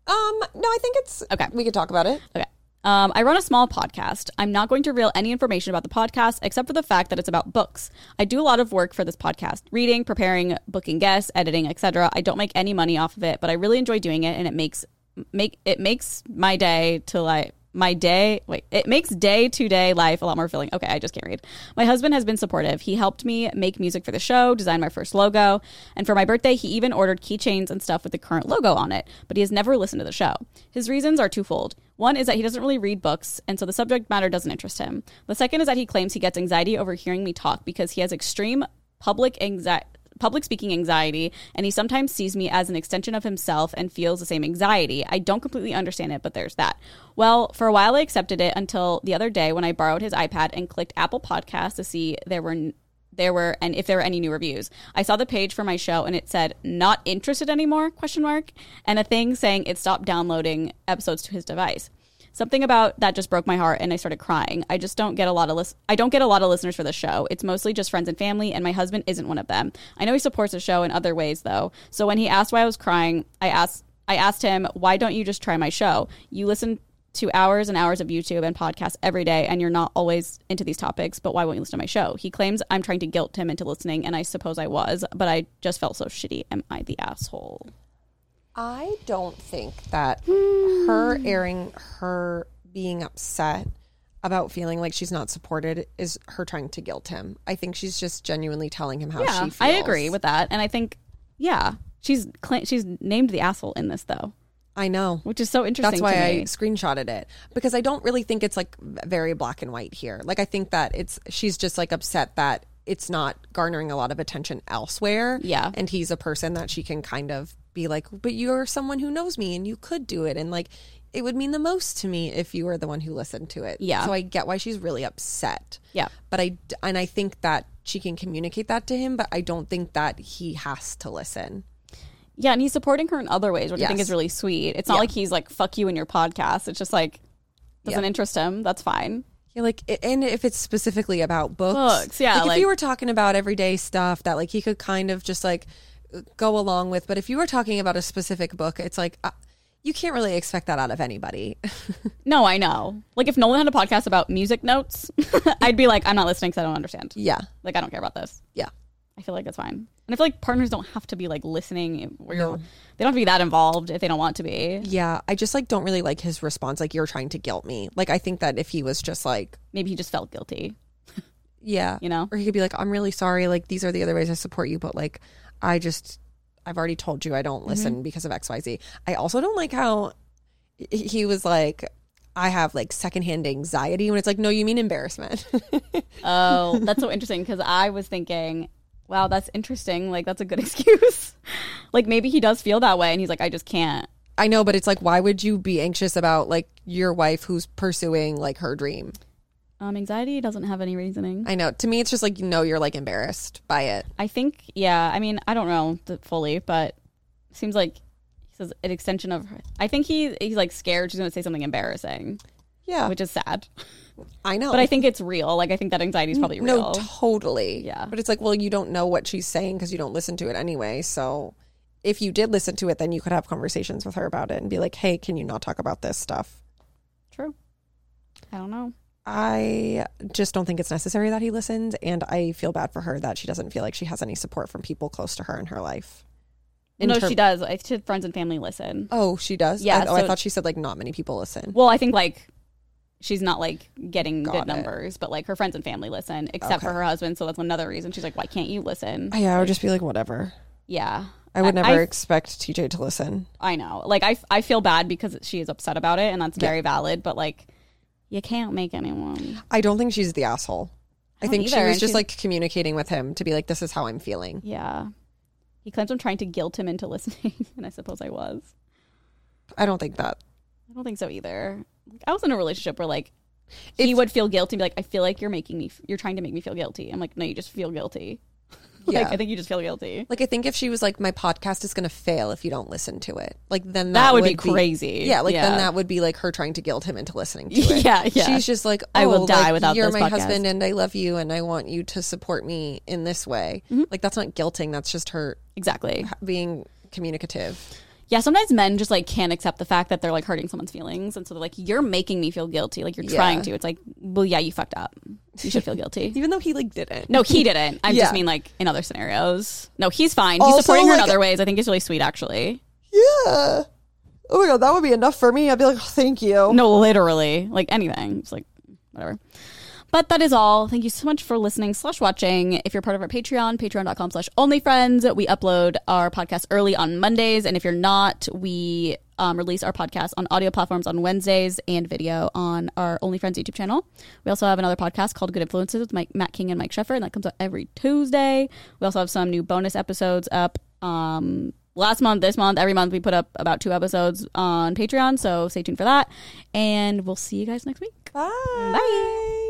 Um, no, I think it's Okay. We could talk about it. Okay. Um, I run a small podcast. I'm not going to reveal any information about the podcast except for the fact that it's about books. I do a lot of work for this podcast, reading, preparing, booking guests, editing, etc. I don't make any money off of it, but I really enjoy doing it and it makes make it makes my day to like my day wait it makes day to day life a lot more fulfilling okay i just can't read my husband has been supportive he helped me make music for the show design my first logo and for my birthday he even ordered keychains and stuff with the current logo on it but he has never listened to the show his reasons are twofold one is that he doesn't really read books and so the subject matter doesn't interest him the second is that he claims he gets anxiety over hearing me talk because he has extreme public anxiety public speaking anxiety and he sometimes sees me as an extension of himself and feels the same anxiety. I don't completely understand it, but there's that. Well, for a while I accepted it until the other day when I borrowed his iPad and clicked Apple Podcasts to see there were n- there were and if there were any new reviews. I saw the page for my show and it said not interested anymore question mark and a thing saying it stopped downloading episodes to his device. Something about that just broke my heart and I started crying. I just don't get a lot of lis- I don't get a lot of listeners for the show. It's mostly just friends and family and my husband isn't one of them. I know he supports the show in other ways though. So when he asked why I was crying, I asked I asked him, "Why don't you just try my show? You listen to hours and hours of YouTube and podcasts every day and you're not always into these topics, but why won't you listen to my show?" He claims I'm trying to guilt him into listening and I suppose I was, but I just felt so shitty. Am I the asshole? I don't think that her airing her being upset about feeling like she's not supported is her trying to guilt him. I think she's just genuinely telling him how she feels. I agree with that, and I think yeah, she's cla she's named the asshole in this though, I know. which is so interesting. That's why to I me. screenshotted it because I don't really think it's like very black and white here. Like I think that it's she's just like upset that it's not garnering a lot of attention elsewhere. Yeah. and he's a person that she can kind of be like, but you're someone who knows me and you could do it, and like it would mean the most to me if you were the one who listened to it. Yeah. so I get why she's really upset. Yeah. but I d- and I think that she can communicate that to him, but I don't think that he has to listen. yeah, and he's supporting her in other ways, which I think Yes. is really sweet. It's not like he's like fuck you and your podcast. It's just like doesn't Yeah. interest him. That's fine. Yeah, like, i- and if it's specifically about books, Books, yeah, Like, like- if you were talking about everyday stuff that, like, he could kind of just like go along with. But if you were talking about a specific book, it's like uh, you can't really expect that out of anybody. No, I know. Like if Nolan had a podcast about music notes, I'd be like, I'm not listening because I don't understand. yeah, Like I don't care about this. yeah, I feel like that's fine. And I feel like partners don't have to be like listening or you're, they don't have to be that involved if they don't want to be. yeah. I just like don't really like his response. Like, you're trying to guilt me. Like, I think that if he was just like, Maybe he just felt guilty, yeah, you know? or he could be like, I'm really sorry. Like, these are the other ways I support you, but like, I just, I've already told you I don't Mm-hmm. listen because of X, Y, Z. I also don't like how h- he was like, I have like secondhand anxiety when it's like, no, you mean embarrassment. Oh, that's so interesting because I was thinking, wow, that's interesting. Like, that's a good excuse. like, maybe he does feel that way and he's like, I just can't. I know, but it's like, why would you be anxious about like your wife who's pursuing like her dream? Um, anxiety doesn't have any reasoning. I know. To me, it's just like you know you're like embarrassed by it. I think, yeah. I mean, I don't know th- fully, but it seems like he says an extension of. Her. I think he he's like scared she's going to say something embarrassing, Yeah, which is sad. I know. But I think it's real. Like I think that anxiety is probably no, real. totally. Yeah. but it's like, well, you don't know what she's saying because you don't listen to it anyway. So if you did listen to it, then you could have conversations with her about it and be like, hey, can you not talk about this stuff? True. I don't know. I just don't think it's necessary that he listens, and I feel bad for her that she doesn't feel like she has any support from people close to her in her life. In no, term- she does. I should friends and family listen. Oh, she does. Yeah, I, oh, I so- thought she said like not many people listen. Well, I think like she's not like getting Got it. good numbers, but like her friends and family listen, except for Okay. her husband. So that's another reason she's like, why can't you listen? yeah, I would just be like, whatever. yeah. I would I- never I- expect TJ to listen. I know. Like I, I feel bad because she is upset about it, and that's very valid. But like, you can't make anyone. I don't think she's the asshole. I, don't think she either, was and just she's- like communicating with him to be like, this is how I'm feeling. Yeah. He claims I'm trying to guilt him into listening, and I suppose I was. I don't think that. I don't think so either. Like, I was in a relationship where like he would feel guilty and be like, I feel like you're making me, you're trying to make me feel guilty. I'm like, no, you just feel guilty. like, Yeah. I think you just feel guilty. Like, I think if she was like, my podcast is going to fail if you don't listen to it, like, then that, That, would, be crazy. Yeah, like then Yeah. that would be like her trying to guilt him into listening to it. yeah, yeah. She's just like, oh, I will die like, without You're this my podcast. husband, and I love you, and I want you to support me in this way. Mm-hmm. Like that's not guilting. That's just her exactly. being communicative. Yeah, sometimes men just like can't accept the fact that they're like hurting someone's feelings, and so they're like, "You're making me feel guilty. Like you're trying to." It's like, well, yeah, you fucked up. You should feel guilty. Even though he like didn't. No, he didn't. I Yeah. just mean like in other scenarios. No, he's fine. He's Also, supporting her in like- other ways. I think he's really sweet, actually. Yeah. Oh my god, that would be enough for me. I'd be like, oh, thank you. No, literally, like anything. It's like whatever. But that is all. Thank you so much for listening slash watching. If you're part of our Patreon, patreon.com slash onlyfriends, we upload our podcast early on Mondays. And if you're not, we um, release our podcast on audio platforms on Wednesdays and video on our OnlyFriends YouTube channel. We also have another podcast called Good Influences with Mike, Matt King and Mike Sheffer, and that comes out every Tuesday. We also have some new bonus episodes up um, last month, this month, every month. We put up about two episodes on Patreon, so stay tuned for that. And we'll see you guys next week. Bye. Bye.